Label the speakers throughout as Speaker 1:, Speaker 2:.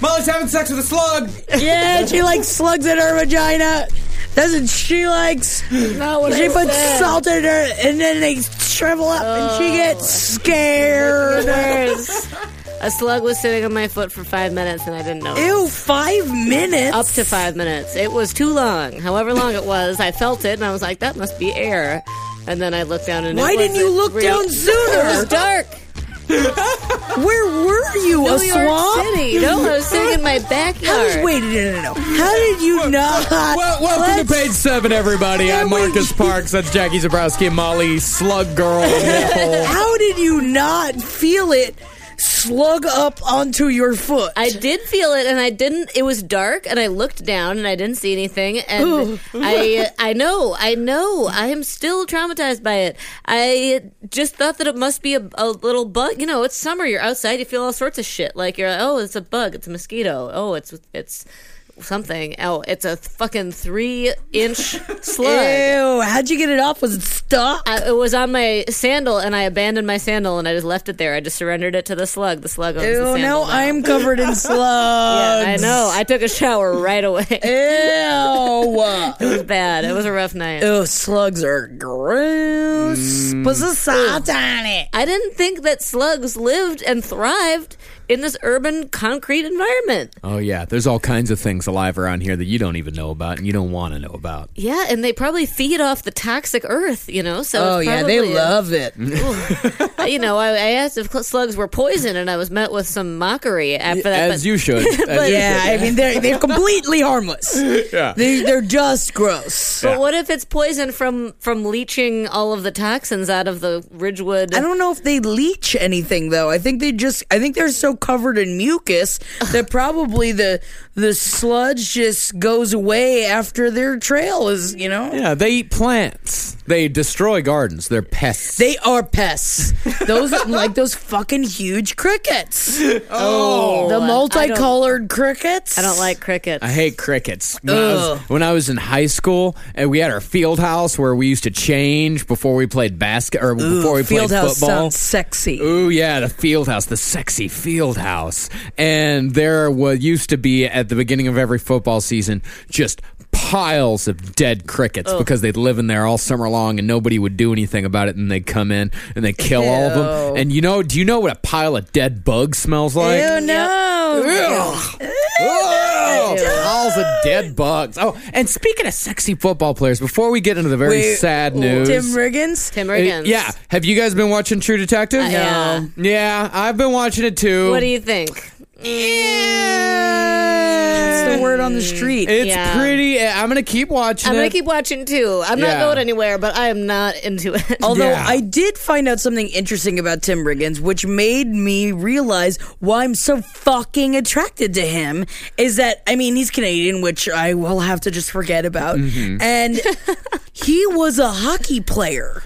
Speaker 1: Molly's having sex with a slug.
Speaker 2: Yeah, she like slugs in her vagina. Doesn't she likes?
Speaker 3: Not what
Speaker 2: She
Speaker 3: I
Speaker 2: puts
Speaker 3: said.
Speaker 2: salt in her, and then they shrivel up, and she gets scared.
Speaker 3: Oh. Worse. A slug was sitting on my foot for five minutes and I didn't know.
Speaker 2: Ew, five minutes.
Speaker 3: Up to five minutes. It was too long. However long it was, I felt it and I was like, that must be air. And then I looked down and
Speaker 2: Why
Speaker 3: it
Speaker 2: didn't you
Speaker 3: wasn't
Speaker 2: look
Speaker 3: real.
Speaker 2: down sooner?
Speaker 3: It was dark.
Speaker 2: Where were you?
Speaker 3: New
Speaker 2: a
Speaker 3: York
Speaker 2: swamp?
Speaker 3: City. No, I was sitting in my
Speaker 2: How
Speaker 3: backyard.
Speaker 2: did, wait, no, no, no. How did you not?
Speaker 1: Well, welcome to
Speaker 2: Let's-
Speaker 1: page seven, everybody. I'm
Speaker 2: There we-
Speaker 1: Marcus Parks. That's Jackie Zabrowski and Molly Slug Girl Nipple.
Speaker 2: How did you not feel it slug up onto your foot?
Speaker 3: I did feel it, and I didn't. It was dark, and I looked down, and I didn't see anything. And I, I know, I know, I am still traumatized by it. I just thought that it must be a, a little bug. You know, it's summer. You're outside. You feel all sorts of shit. Like you're, like, oh, it's a bug. It's a mosquito. Oh, it's it's something. Oh, it's a fucking three inch slug.
Speaker 2: Ew, how'd you get it off? Was it stuck?
Speaker 3: I, it was on my sandal, and I abandoned my sandal, and I just left it there. I just surrendered it to the slug. The slug owns the
Speaker 2: Ew,
Speaker 3: sandal.
Speaker 2: now
Speaker 3: now.
Speaker 2: I'm covered in slugs.
Speaker 3: I know. I took a shower right away.
Speaker 2: Ew.
Speaker 3: It was bad. It was a rough night.
Speaker 2: Ew, slugs are gross. Put some salt on it.
Speaker 3: I didn't think that slugs lived and thrived in this urban concrete environment.
Speaker 4: Oh yeah, there's all kinds of things alive around here that you don't even know about and you don't want to know about.
Speaker 3: Yeah, and they probably feed off the toxic earth, you know. So
Speaker 2: Oh,
Speaker 3: it's
Speaker 2: yeah, they
Speaker 3: probably-
Speaker 2: love it.
Speaker 3: You know, I, I asked if slugs were poison, and I was met with some mockery after that.
Speaker 4: As
Speaker 3: but-
Speaker 4: you should. As
Speaker 3: But-
Speaker 4: you
Speaker 2: Yeah, I mean, they're, they're completely harmless.
Speaker 4: Yeah.
Speaker 2: They, they're just gross.
Speaker 3: But what if it's poison from from leaching all of the toxins out of the Ridgewood?
Speaker 2: I don't know if they leach anything though. I think they just I think they're so covered in mucus that probably the the sludge just goes away after their trail is, you know.
Speaker 4: Yeah, they eat plants. They destroy gardens. They're pests.
Speaker 2: They are pests. Those like those fucking huge crickets. Oh, the multicolored crickets.
Speaker 3: I don't like crickets.
Speaker 4: I hate crickets. When I, was, when I was in high school, and we had our field house where we used to change before we played basket or before we played
Speaker 2: Fieldhouse
Speaker 4: football.
Speaker 2: sounds sexy.
Speaker 4: Ooh, yeah, the field house, the sexy field house. And there was used to be at the beginning of every football season just piles of dead crickets because they'd live in there all summer long and nobody would do anything about it and they'd come in and they'd kill all of them. And you know, do you know what a pile of dead bugs smells like?
Speaker 2: Oh no.
Speaker 4: Oh, balls of dead bugs. Oh, and speaking of sexy football players, before we get into the very
Speaker 2: Wait,
Speaker 4: sad news,
Speaker 2: Tim Riggins.
Speaker 3: Tim
Speaker 4: Uh,
Speaker 3: Riggins.
Speaker 4: Yeah, have you guys been watching True Detective?
Speaker 3: Uh, yeah.
Speaker 4: Yeah, I've been watching it too.
Speaker 3: What do you think?
Speaker 2: That's the word on the street.
Speaker 4: It's
Speaker 3: Yeah.
Speaker 4: pretty. eh, I'm gonna keep watching
Speaker 3: I'm
Speaker 4: it.
Speaker 3: gonna keep watching too. I'm
Speaker 4: Yeah.
Speaker 3: not going anywhere, but I am not into it.
Speaker 2: Although
Speaker 4: Yeah.
Speaker 2: I did find out something interesting about Tim Riggins, which made me realize why I'm so fucking attracted to him. Is that I mean he's Canadian, which I will have to just forget about,
Speaker 4: Mm-hmm.
Speaker 2: and he was a hockey player.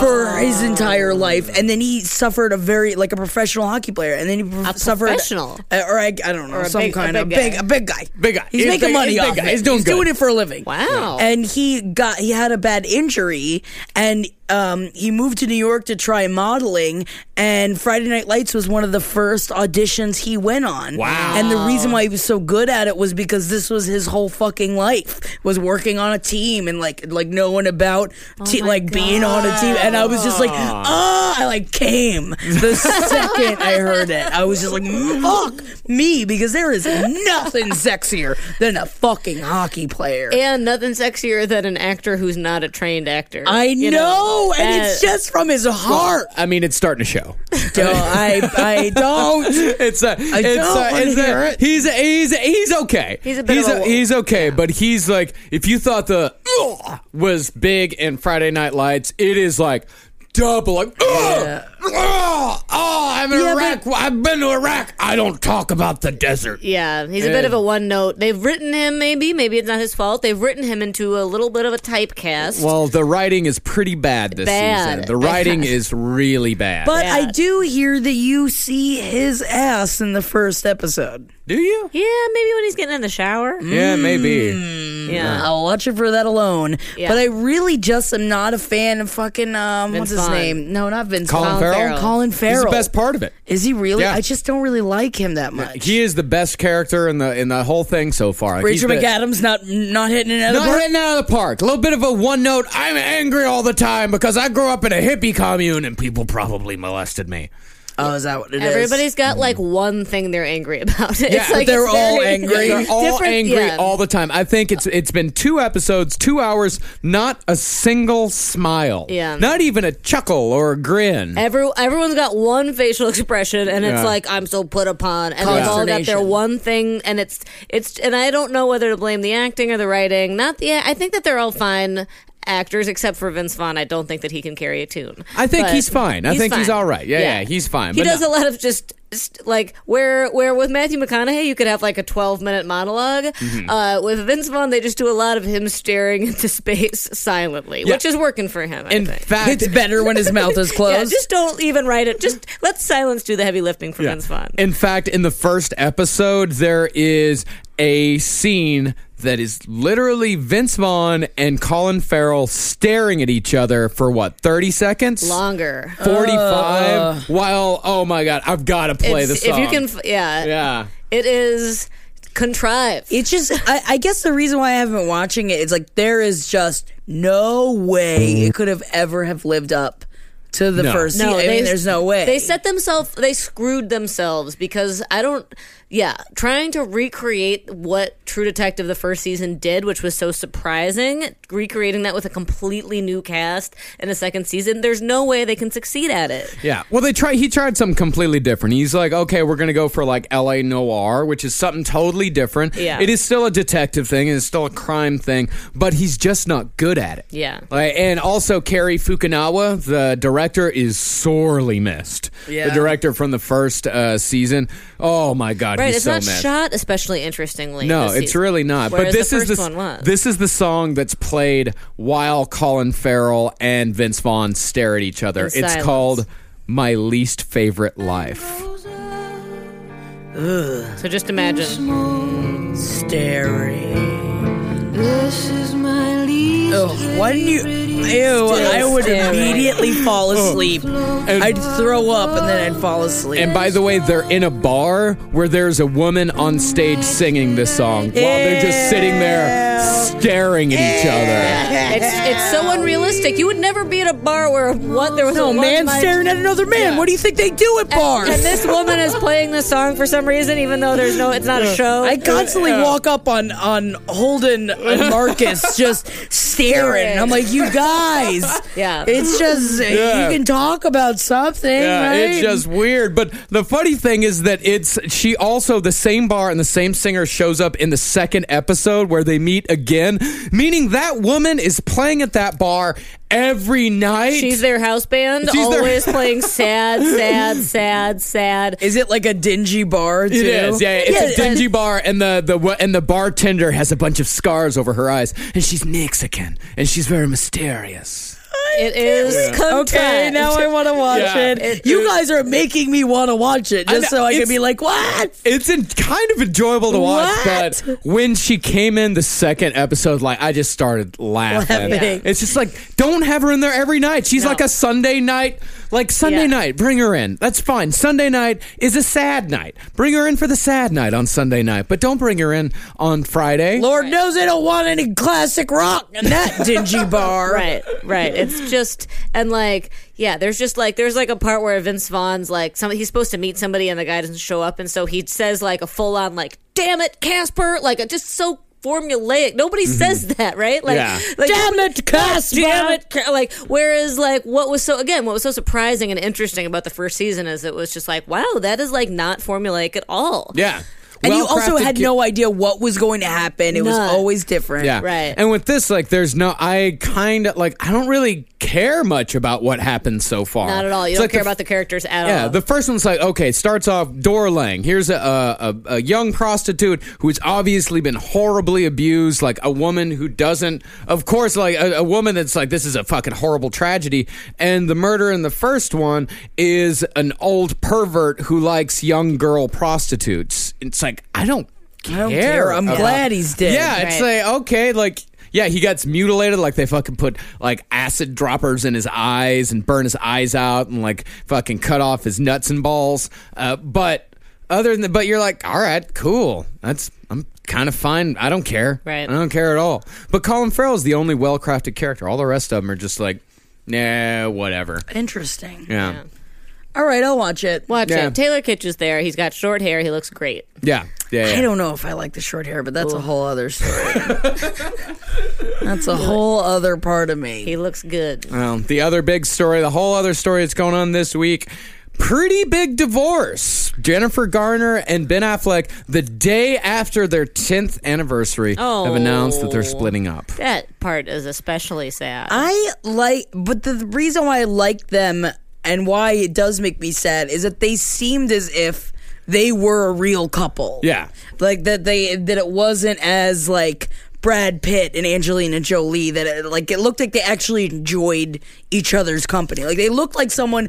Speaker 2: For his entire life, and then he suffered a very like a professional hockey player, and then he prof- suffered
Speaker 3: professional?
Speaker 2: uh, or I, I don't know
Speaker 3: Or a
Speaker 2: some
Speaker 3: big- a
Speaker 2: kind of
Speaker 3: big guy.
Speaker 2: big a big guy,
Speaker 4: Big guy.
Speaker 2: He's,
Speaker 4: He's
Speaker 2: making
Speaker 4: big-
Speaker 2: money
Speaker 4: he's
Speaker 2: off
Speaker 4: big
Speaker 2: of
Speaker 4: guy.
Speaker 2: it.
Speaker 4: He's doing good.
Speaker 2: doing it for a living.
Speaker 3: Wow.
Speaker 2: And he got he had a bad injury and um, he moved to New York to try modeling And Friday Night Lights was one of the first auditions he went on.
Speaker 4: Wow.
Speaker 2: And the reason why he was so good at it was because this was his whole fucking life was working on a team and like like knowing about te- like being on a team. And I was just like, oh, I like came the second I heard it. I was just like, fuck me, because there is nothing sexier than a fucking hockey player.
Speaker 3: And nothing sexier than an actor who's not a trained actor.
Speaker 2: I know,
Speaker 3: you
Speaker 2: and it's
Speaker 3: that-
Speaker 2: just from his heart.
Speaker 4: I mean, it's starting to show.
Speaker 2: Don't- I, I don't.
Speaker 4: It's a, it's
Speaker 2: don't
Speaker 4: a,
Speaker 2: wanna
Speaker 4: it's a-
Speaker 2: hear it.
Speaker 4: he's he's he's okay.
Speaker 3: He's a bit
Speaker 4: he's,
Speaker 3: of a-
Speaker 4: he's okay, but he's like if you thought the "Ugh" was big in Friday Night Lights, it is like double like "Ugh, ugh, oh, I'm in
Speaker 2: Yeah,
Speaker 4: Iraq. I've been to Iraq. I don't talk about the desert.
Speaker 3: Yeah, he's a bit of a one note. They've written him, maybe, maybe it's not his fault. They've written him into a little bit of a typecast.
Speaker 4: Well, the writing is pretty bad this
Speaker 3: Bad.
Speaker 4: season. The writing is really bad.
Speaker 2: But I
Speaker 3: Yeah.
Speaker 2: do hear that you see his ass in the first episode.
Speaker 4: do you?
Speaker 3: yeah, maybe when he's getting in the shower.
Speaker 2: Mm,
Speaker 4: Yeah, maybe.
Speaker 3: Yeah.
Speaker 2: I'll watch it for that alone.
Speaker 3: Yeah.
Speaker 2: But I really just am not a fan of fucking um, what's
Speaker 3: Vince
Speaker 2: his
Speaker 3: Vaughn.
Speaker 2: name? No, not Vince.
Speaker 4: Colin
Speaker 2: Vaughn.
Speaker 4: Farrell?
Speaker 2: Colin Farrell.
Speaker 4: He's the best part of it.
Speaker 2: Is he really?
Speaker 4: Yeah.
Speaker 2: I just don't really like him that much.
Speaker 4: He is the best character in the in the whole thing so far. Like, he's
Speaker 2: Rachel
Speaker 4: the-
Speaker 2: McAdams not not hitting it out of
Speaker 4: Not
Speaker 2: the park.
Speaker 4: hitting out of the park. A little bit of a one note. I'm angry all the time because I grew up in a hippie commune and people probably molested me.
Speaker 2: Oh, is that what it is?
Speaker 3: Everybody's got like one thing they're angry about. It's
Speaker 4: Yeah,
Speaker 3: like
Speaker 2: they're
Speaker 3: it's
Speaker 2: all
Speaker 3: very
Speaker 2: angry.
Speaker 4: They're all
Speaker 3: different-
Speaker 4: angry
Speaker 3: yeah.
Speaker 4: all the time. I think it's it's been two episodes, two hours, not a single smile.
Speaker 3: Yeah.
Speaker 4: Not even a chuckle or a grin.
Speaker 3: Every, everyone's got one facial expression, and it's
Speaker 4: Mm. Yeah.
Speaker 3: like I'm so put upon, and they've all got their
Speaker 2: Consternation.
Speaker 3: one thing, and it's it's, and I don't know whether to blame the acting or the writing. Not the, I think that they're all fine actors, except for Vince Vaughn. I don't think that he can carry a tune.
Speaker 4: I think
Speaker 3: But
Speaker 4: he's fine. I think he's all right. Yeah, yeah, he's fine.
Speaker 3: He
Speaker 4: But
Speaker 3: does
Speaker 4: no.
Speaker 3: a lot of just. st- Like where where with Matthew McConaughey you could have like a twelve minute monologue.
Speaker 4: Mm-hmm.
Speaker 3: Uh, with Vince Vaughn they just do a lot of him staring into space silently, which is working for him. I
Speaker 4: In
Speaker 3: think.
Speaker 4: fact,
Speaker 2: it's better when his mouth is
Speaker 3: Yeah,
Speaker 2: closed.
Speaker 3: just don't even write it. Just let silence do the heavy lifting for Vince Vaughn.
Speaker 4: In fact, in the first episode, there is a scene that is literally Vince Vaughn and Colin Farrell staring at each other for what, 30 seconds?
Speaker 3: Longer.
Speaker 4: 45? while, oh my God, I've got to play the
Speaker 3: It's-
Speaker 4: song.
Speaker 3: If you can, f- yeah,
Speaker 4: Yeah. E-
Speaker 3: It is contrived.
Speaker 2: It's just, I, I guess the reason why I haven't been watching it is like there is just no way it could have ever have lived up to the
Speaker 4: No.
Speaker 2: first. No, I mean, there's no way.
Speaker 3: They set themselves. They screwed themselves because I don't. Yeah, trying to recreate what True Detective the first season did, which was so surprising, recreating that with a completely new cast in a second season. There's no way they can succeed at it.
Speaker 4: Yeah. Well, they try. He tried something completely different. He's like, okay, we're gonna go for like L.A. noir, which is something totally different.
Speaker 3: Yeah.
Speaker 4: It is still a detective thing. It's still a crime thing, but he's just not good at it.
Speaker 3: Yeah.
Speaker 4: Like, and also, Kerry Fukunawa, the director, is sorely missed.
Speaker 2: Yeah.
Speaker 4: The director from the first uh, season. Oh my God,
Speaker 3: Right,
Speaker 4: he's
Speaker 3: it's
Speaker 4: so
Speaker 3: not
Speaker 4: missed.
Speaker 3: shot especially interestingly.
Speaker 4: No,
Speaker 3: this
Speaker 4: it's
Speaker 3: season,
Speaker 4: really not. but
Speaker 3: whereas
Speaker 4: this
Speaker 3: the
Speaker 4: is
Speaker 3: first
Speaker 4: the
Speaker 3: one was.
Speaker 4: this is the song that's played while Colin Farrell and Vince Vaughn stare at each other.
Speaker 3: In
Speaker 4: it's
Speaker 3: silence.
Speaker 4: called "My Least Favorite Life."
Speaker 3: so just imagine.
Speaker 2: staring. Ugh, why didn't you? Ew, I would
Speaker 3: staring.
Speaker 2: immediately fall asleep. I'd throw up and then I'd fall asleep.
Speaker 4: And by the way, they're in a bar where there's a woman on stage singing this song while they're just sitting there staring at each other.
Speaker 3: It's it's so unrealistic. You would never be at a bar where what there was
Speaker 2: no
Speaker 3: a
Speaker 2: man staring at another man. What do you think they do at bars?
Speaker 3: And this woman is playing this song for some reason, even though there's no, it's not a show.
Speaker 2: I constantly walk up on on Holden and Marcus just staring. I'm like, you guys.
Speaker 3: Yeah.
Speaker 2: It's just
Speaker 4: Yeah.
Speaker 2: you can talk about something,
Speaker 4: Yeah,
Speaker 2: right?
Speaker 4: it's just weird. But the funny thing is that it's she also the same bar and the same singer shows up in the second episode where they meet again, meaning that woman is playing at that bar every night.
Speaker 3: She's their house band,
Speaker 4: She's their-
Speaker 3: always playing sad, sad, sad, sad.
Speaker 2: Is it like a dingy bar too?
Speaker 4: It is, yeah. It's a
Speaker 2: and-
Speaker 4: dingy bar, and the the wa- and the bartender has a bunch of scars over her eyes, and she's Mexican, and she's very mysterious.
Speaker 3: It is contrived.
Speaker 2: Okay, now I want to watch
Speaker 4: Yeah.
Speaker 2: it.
Speaker 4: It-
Speaker 2: You guys are making me want to watch it
Speaker 4: I
Speaker 2: just
Speaker 4: know,
Speaker 2: so I can
Speaker 4: it's-
Speaker 2: be like, what?
Speaker 4: It's en- kind of enjoyable to watch,
Speaker 2: What?
Speaker 4: but when she came in the second episode, like I just started laughing.
Speaker 2: Laughing.
Speaker 4: It's just like don't have her in there every night. She's like a Sunday night Like Sunday
Speaker 3: Yeah.
Speaker 4: night, bring her in. That's fine. Sunday night is a sad night. Bring her in for the sad night on Sunday night, but don't bring her in on Friday.
Speaker 2: Lord knows I don't want any classic rock in that dingy bar.
Speaker 3: Right, right. It's just and like yeah, there's just like there's like a part where Vince Vaughn's like some he's supposed to meet somebody and the guy doesn't show up and so he says like a full on like damn it Casper like a, just so formulaic. Nobody says that, right? Like,
Speaker 4: Mm-hmm. Yeah.
Speaker 3: like
Speaker 2: Damn it, Casper!
Speaker 3: Damn it, Ca- like whereas like what was so again what was so surprising and interesting about the first season is it was just like wow that is like not formulaic at all.
Speaker 4: Yeah.
Speaker 2: And you also
Speaker 4: Well-crafted
Speaker 2: had
Speaker 4: ki-
Speaker 2: no idea what was going to happen. It was
Speaker 3: None.
Speaker 2: always different.
Speaker 4: Yeah.
Speaker 3: Right.
Speaker 4: And with this, like, there's no, I kind of, like, I don't really care much about what happened so far.
Speaker 3: Not at all. You
Speaker 4: It's
Speaker 3: don't
Speaker 4: like
Speaker 3: care
Speaker 4: the
Speaker 3: about the characters at
Speaker 4: Yeah,
Speaker 3: all.
Speaker 4: the first one's like okay. It starts off Dora Lang. Here's a, a a- a young prostitute who's obviously been horribly abused, like a woman who doesn't, of course, like a, a woman that's like this is a fucking horrible tragedy. And the murder in the first one is an old pervert who likes young girl prostitutes. It's like I don't. Care
Speaker 2: I don't care. I'm
Speaker 4: about-
Speaker 2: glad he's dead.
Speaker 4: yeah, it's
Speaker 3: Right.
Speaker 4: like okay, like yeah, he gets mutilated. Like they fucking put like acid droppers in his eyes and burn his eyes out and like fucking cut off his nuts and balls. Uh, but other than that, but you're like, all right, cool. That's I'm kind of fine. I don't care.
Speaker 3: Right.
Speaker 4: I don't care at all. But Colin Farrell is the only well crafted character. All the rest of them are just like, nah, whatever.
Speaker 2: Interesting.
Speaker 4: Yeah. Yeah.
Speaker 2: All right, I'll watch it.
Speaker 3: Watch
Speaker 4: Yeah.
Speaker 3: it. Taylor Kitsch is there. He's got short hair. He looks great.
Speaker 4: Yeah. yeah.
Speaker 2: I don't know if I like the short hair, but that's a whole other story. that's a whole other part of me.
Speaker 3: He looks good.
Speaker 4: Well, the other big story, the whole other story that's going on this week, pretty big divorce. Jennifer Garner and Ben Affleck, the day after their 10th anniversary, have announced that they're
Speaker 3: Oh.
Speaker 4: splitting up.
Speaker 3: That part is especially sad. Uh,
Speaker 2: I like, but the reason why I like them and why it does make me sad is that they seemed as if they were a real couple.
Speaker 4: Yeah.
Speaker 2: like that they that it wasn't as like Brad Pitt and Angelina Jolie that it, like it looked like they actually enjoyed each other's company. Like they looked like someone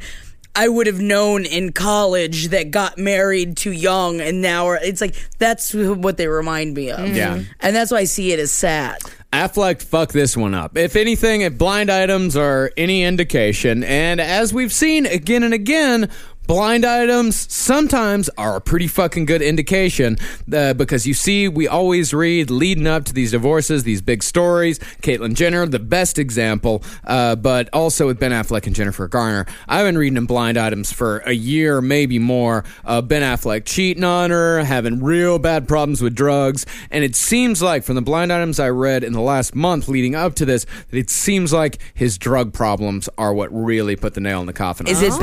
Speaker 2: I would have known in college that got married too young and now are, it's like that's wh- what they remind me of.
Speaker 4: Yeah.
Speaker 2: And that's why I see it as sad.
Speaker 4: Affleck fuck this one up. If anything, if blind items are any indication, and as we've seen again and again, blind items sometimes are a pretty fucking good indication uh, because you see, we always read leading up to these divorces, these big stories. Caitlyn Jenner, the best example, uh, but also with Ben Affleck and Jennifer Garner. I've been reading in blind items for a year, maybe more. Uh, ben Affleck cheating on her, having real bad problems with drugs. And it seems like, from the blind items I read in the last month leading up to this, that it seems like his drug problems are what really put the nail in the coffin.
Speaker 2: Is it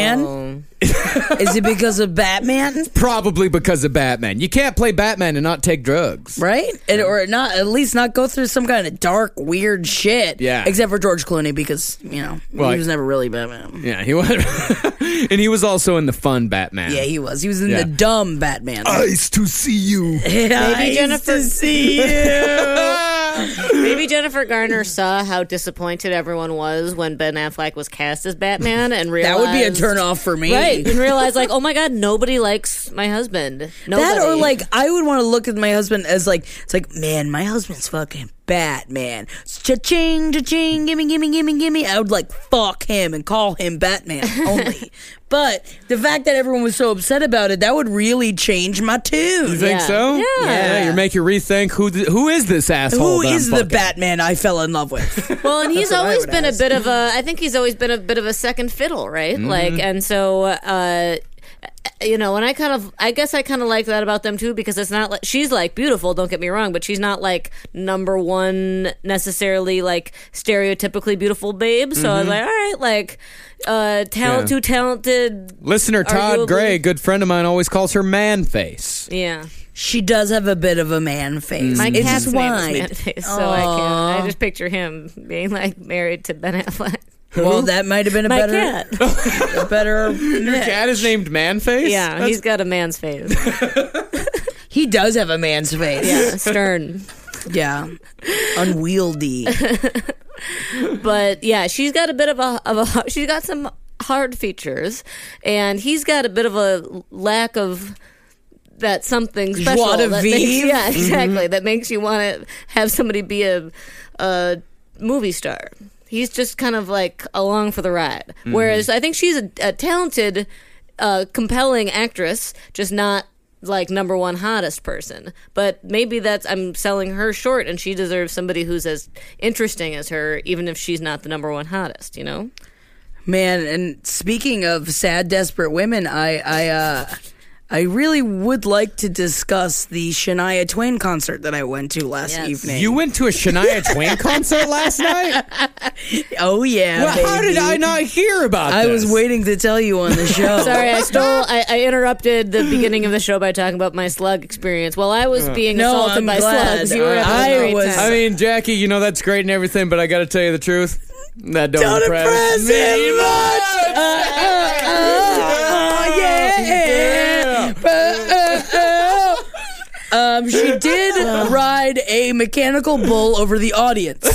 Speaker 2: Batman? is it because of Batman?
Speaker 4: Probably because of Batman. You can't play Batman and not take drugs.
Speaker 2: Right? And, or not at least not go through some kind of dark, weird shit.
Speaker 4: Yeah.
Speaker 2: Except for George Clooney because, you know,
Speaker 4: Well,
Speaker 2: he was never really Batman.
Speaker 4: Yeah, he was. and he was also in the fun Batman.
Speaker 2: Yeah, he was. He was in
Speaker 4: Yeah.
Speaker 2: the dumb Batman.
Speaker 4: Nice to see you.
Speaker 2: Baby
Speaker 3: Jennifer-
Speaker 2: see you.
Speaker 3: Maybe Jennifer Garner saw how disappointed everyone was when Ben Affleck was cast as Batman and
Speaker 2: that
Speaker 3: realized
Speaker 2: would be a turnoff for me.
Speaker 3: Right, and realized like, oh my god, nobody likes my husband. Nobody.
Speaker 2: That or like I would want to look at my husband as like it's like man my husband's fucking Batman cha ching cha ching gimme gimme gimme gimme I would like fuck him and call him Batman only but the fact that everyone was so upset about it that would really change my tune
Speaker 4: You think
Speaker 3: Yeah.
Speaker 4: so?
Speaker 3: Yeah.
Speaker 4: you make you rethink who th- who is this asshole?
Speaker 2: who
Speaker 4: that I'm
Speaker 2: is the
Speaker 4: fucking?
Speaker 2: Batman I fell in love with
Speaker 3: Well, and he's
Speaker 2: That's what I
Speaker 3: always
Speaker 2: would
Speaker 3: been
Speaker 2: ask. Mm-hmm.
Speaker 3: a bit of a. I think he's always been a bit of a second fiddle, right? Like, and so. uh you know, and I kind of, I guess I kind of like that about them too because it's not like she's like beautiful, don't get me wrong, but she's not like number one necessarily like stereotypically beautiful babe. So
Speaker 2: Mm-hmm.
Speaker 3: I was like, all right, like, uh, talent,
Speaker 4: Yeah.
Speaker 3: too talented.
Speaker 4: Listener Todd
Speaker 3: Arguably-
Speaker 4: Gray, good friend of mine, always calls her man face.
Speaker 3: Yeah.
Speaker 2: she does have a bit of a man face
Speaker 3: My
Speaker 2: it's
Speaker 3: cat's
Speaker 2: just
Speaker 3: name is
Speaker 2: wide
Speaker 3: Manface, so I can't. I just picture him being like married to Ben Affleck.
Speaker 2: well that might have been a
Speaker 3: My
Speaker 2: better Oh,
Speaker 3: cat.
Speaker 2: a better
Speaker 4: Your cat is named Manface.
Speaker 3: Yeah,
Speaker 4: That's-
Speaker 3: he's got a man's face.
Speaker 2: he does have a man's face
Speaker 3: Yeah, stern.
Speaker 2: yeah unwieldy.
Speaker 3: But yeah, she's got a bit of a of a she's got some hard features, and he's got a bit of a lack of that something special.
Speaker 2: Joie de
Speaker 3: that makes-
Speaker 2: vivre. Mm-hmm.
Speaker 3: yeah, exactly. That makes you want to have somebody be a, a movie star. He's just kind of like along for the ride.
Speaker 2: Mm-hmm.
Speaker 3: Whereas I think she's a, a talented, uh, compelling actress, just not like number one hottest person. But maybe that's I'm selling her short, and she deserves somebody who's as interesting as her, even if she's not the number one hottest. You know?
Speaker 2: Man, and speaking of sad, desperate women, I I uh, I really would like to discuss the Shania Twain concert that I went to last
Speaker 3: Yes.
Speaker 2: evening.
Speaker 4: You went to a Shania Twain concert last night?
Speaker 2: oh yeah,
Speaker 4: Well, how did
Speaker 2: baby.
Speaker 4: I not hear about
Speaker 2: I
Speaker 4: this?
Speaker 2: was waiting to tell you on the show.
Speaker 3: Sorry, I stole. I, I interrupted the beginning of the show by talking about my slug experience. While I was being
Speaker 2: No,
Speaker 3: assaulted
Speaker 2: I'm
Speaker 3: by
Speaker 2: glad.
Speaker 3: slugs, you were having
Speaker 2: I
Speaker 3: a great
Speaker 2: was-
Speaker 3: time.
Speaker 4: I mean, Jackie, you know that's great and everything, but I got to tell you the truth. That don't,
Speaker 2: Don't impress him much. Uh, uh, uh, uh, yeah. Uh, uh, uh. Um, she did ride a mechanical bull over the audience.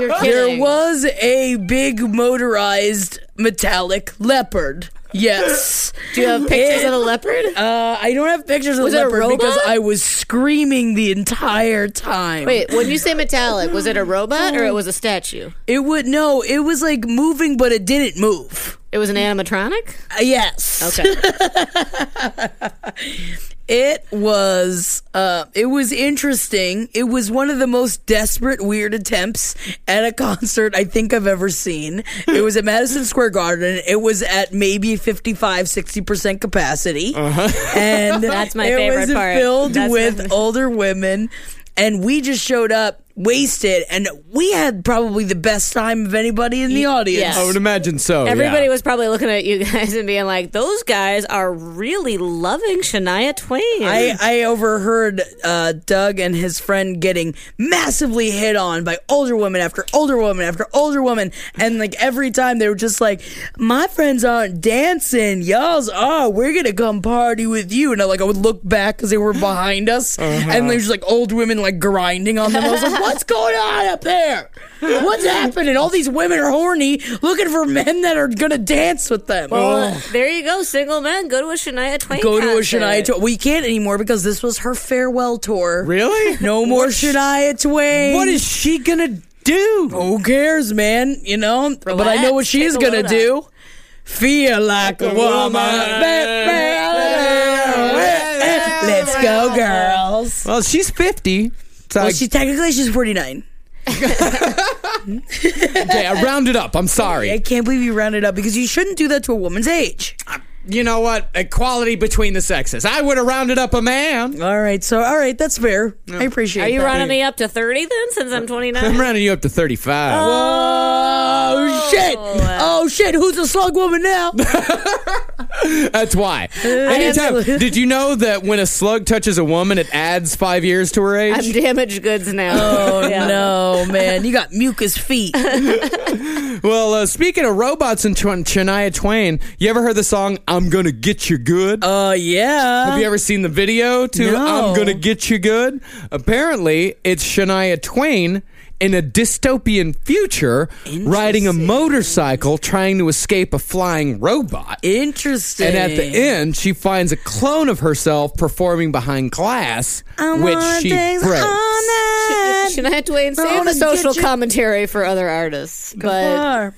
Speaker 3: You're
Speaker 2: There
Speaker 3: kidding.
Speaker 2: was a big motorized metallic leopard. Yes.
Speaker 3: Do you have pictures of the leopard?
Speaker 2: Uh, I don't have pictures of
Speaker 3: Was
Speaker 2: the
Speaker 3: it a
Speaker 2: leopard because
Speaker 3: robot?
Speaker 2: I was screaming the entire time.
Speaker 3: Wait, when you say metallic, was it a robot or it was a statue?
Speaker 2: It would no, it was like moving but it didn't move.
Speaker 3: It was an animatronic.
Speaker 2: Uh, yes.
Speaker 3: Okay.
Speaker 2: It was uh it was interesting. It was one of the most desperate weird attempts at a concert I think I've ever seen. It was at Madison Square Garden. It was at maybe 55 60% capacity. And
Speaker 3: That's my
Speaker 2: it
Speaker 3: favorite
Speaker 2: was
Speaker 3: part.
Speaker 2: filled
Speaker 3: That's my
Speaker 2: with older women and we just showed up wasted and we had probably the best time of anybody in the audience.
Speaker 3: yeah.
Speaker 4: I would imagine so.
Speaker 3: Everybody
Speaker 4: yeah.
Speaker 3: was probably looking at you guys and being like, "Those guys are really loving Shania Twain."
Speaker 2: I, I overheard uh, Doug and his friend getting massively hit on by older women after older woman after older woman. And like every time they were just like, my friends aren't dancing. Y'all's are. We're going to come party with you. And I like, I would look back because they were behind us. And there was like old women like grinding on them. I was like, what's going on up there? What's happening? All these women are horny looking for men that are going to dance with them.
Speaker 3: Well, there you go, single men. Go to a Shania Twain.
Speaker 2: oh. Go to a
Speaker 3: concert.
Speaker 2: Shania Twain. We can't anymore because this was her farewell tour.
Speaker 4: Really?
Speaker 2: No more Shania Twain.
Speaker 4: What is she gonna do?
Speaker 2: Who cares, man? You know. but I know what
Speaker 3: Relax,
Speaker 2: she's
Speaker 3: take a
Speaker 2: gonna
Speaker 3: load
Speaker 2: do. Feel like a woman. Let's go, girls.
Speaker 4: Well, she's fifty. So
Speaker 2: Well,
Speaker 4: I,
Speaker 2: she technically she's forty nine.
Speaker 4: okay, I rounded up. I'm
Speaker 2: I
Speaker 4: sorry.
Speaker 2: can't believe you rounded up because you shouldn't do that to a woman's age.
Speaker 4: You know what? Equality between the sexes. I would have rounded up a man.
Speaker 2: All right, so all right, that's fair. I appreciate.
Speaker 3: Are you
Speaker 2: that.
Speaker 3: running me up to thirty then? Since I'm 29.
Speaker 4: I'm rounding you up to thirty-five.
Speaker 2: Oh shit! Oh shit! Who's the slug woman now?
Speaker 4: That's why. Anytime.
Speaker 2: absolutely-
Speaker 4: Did you know that when a slug touches a woman, it adds five years to her age?
Speaker 3: I'm damaged goods now.
Speaker 2: Oh no, man! You got mucus feet.
Speaker 4: Well, uh, speaking of robots and Tw- Shania Twain, you ever heard the song "I'm Gonna Get You Good"?
Speaker 2: Oh
Speaker 3: Uh,
Speaker 2: yeah.
Speaker 4: Have you ever seen the video to
Speaker 2: No.
Speaker 4: "I'm Gonna Get You Good"? Apparently, it's Shania Twain in a dystopian future riding a motorcycle trying to escape a flying robot.
Speaker 2: Interesting.
Speaker 4: and at the end, she finds a clone of herself performing behind glass, which she breaks.
Speaker 3: Shania Twain, save
Speaker 2: wanna
Speaker 3: the social
Speaker 2: get you-
Speaker 3: commentary for other artists. But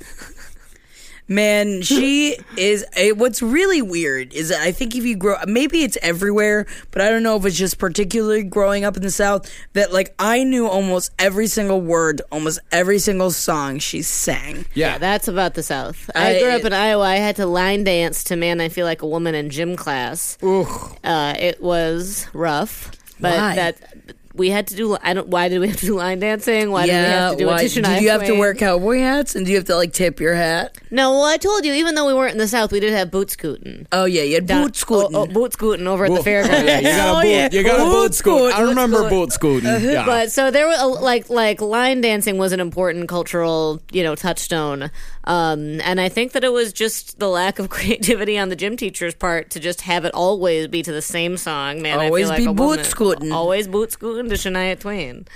Speaker 2: Man, she is. eh, What's really weird is that I think if you grow, maybe it's everywhere, but I don't know if it's just particularly growing up in the South that like I knew almost every single word, almost every single song she sang.
Speaker 4: Yeah,
Speaker 3: that's about the South. I,
Speaker 2: I-
Speaker 3: grew up in Iowa. I had to line dance to "Man, I Feel Like a Woman" in gym class. Uh, it was rough, but
Speaker 2: Why?
Speaker 3: that we had to do. I don't. Why did we have to do line dancing? Why did we have to do
Speaker 2: why-
Speaker 3: it to Shania
Speaker 2: did you have to
Speaker 3: Twain?
Speaker 2: wear cowboy hats and do you have to like tip your hat?
Speaker 3: No, well, I told you. Even though we weren't in the South, we did have boot scooting.
Speaker 2: Oh yeah, you had
Speaker 3: Down-
Speaker 2: boot scooting.
Speaker 3: Oh, oh, boot scooting over at the fairgrounds.
Speaker 4: Yeah, you got
Speaker 2: Oh,
Speaker 4: a boot.
Speaker 2: yeah.
Speaker 4: You got a
Speaker 2: Boot
Speaker 4: boot scoot.
Speaker 2: scoot. Uh-huh,
Speaker 4: I remember boot scooting. Yeah.
Speaker 3: But so there were a- like like line dancing was an important cultural you know touchstone, um, and I think that it was just the lack of creativity on the gym teacher's part to just have it always be to the same song. Man,
Speaker 2: Always
Speaker 3: I
Speaker 2: be
Speaker 3: feel like a
Speaker 2: boot
Speaker 3: woman.
Speaker 2: scootin'.
Speaker 3: Always boot scooting to Shania Twain.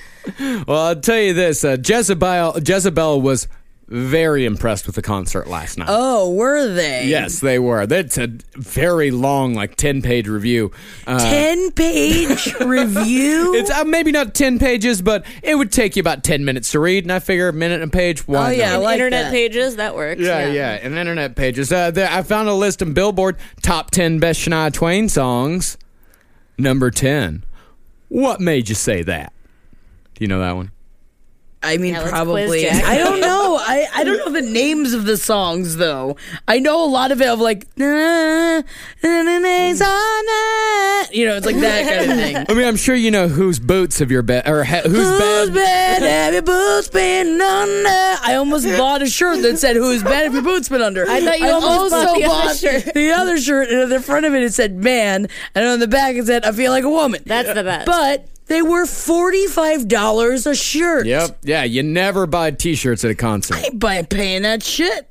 Speaker 4: well, I'll tell you this: uh, Jezebel, Jezebel was very impressed with the concert last night.
Speaker 2: Oh, were they?
Speaker 4: Yes, they were. That's a very long, like ten page review. Uh,
Speaker 2: Ten page review.
Speaker 4: It's uh, maybe not ten pages, but it would take you about ten minutes to read. And I figure a minute a page. Why
Speaker 2: Oh, yeah,
Speaker 4: not?
Speaker 2: I like
Speaker 3: Internet
Speaker 2: that.
Speaker 3: pages, that works.
Speaker 4: Yeah, yeah, and internet pages. Uh, there, I found a list on Billboard top ten best Shania Twain songs. Number ten. What made you say that? Do you know that one?
Speaker 2: I mean,
Speaker 3: Yeah, let's quiz
Speaker 2: probably.
Speaker 3: Jack.
Speaker 2: I don't know. I, I don't know the names of the songs though. I know a lot of it of like, na, na, na, na, na, you know, it's like that kind of thing.
Speaker 4: I mean, I'm sure you know whose boots have your bed or ha- whose
Speaker 2: Who's
Speaker 4: bed.
Speaker 2: bed have your boots been under? I almost bought a shirt that said "Who's bed have your boots been under?" I
Speaker 3: thought you almost bought the other shirt.
Speaker 2: the other shirt, and on the front of it it said "man," and on the back it said "I feel like a woman."
Speaker 3: That's the best.
Speaker 2: But they were forty five dollars a shirt.
Speaker 4: Yep. Yeah, you never buy T-shirts at a concert.
Speaker 2: by paying that shit.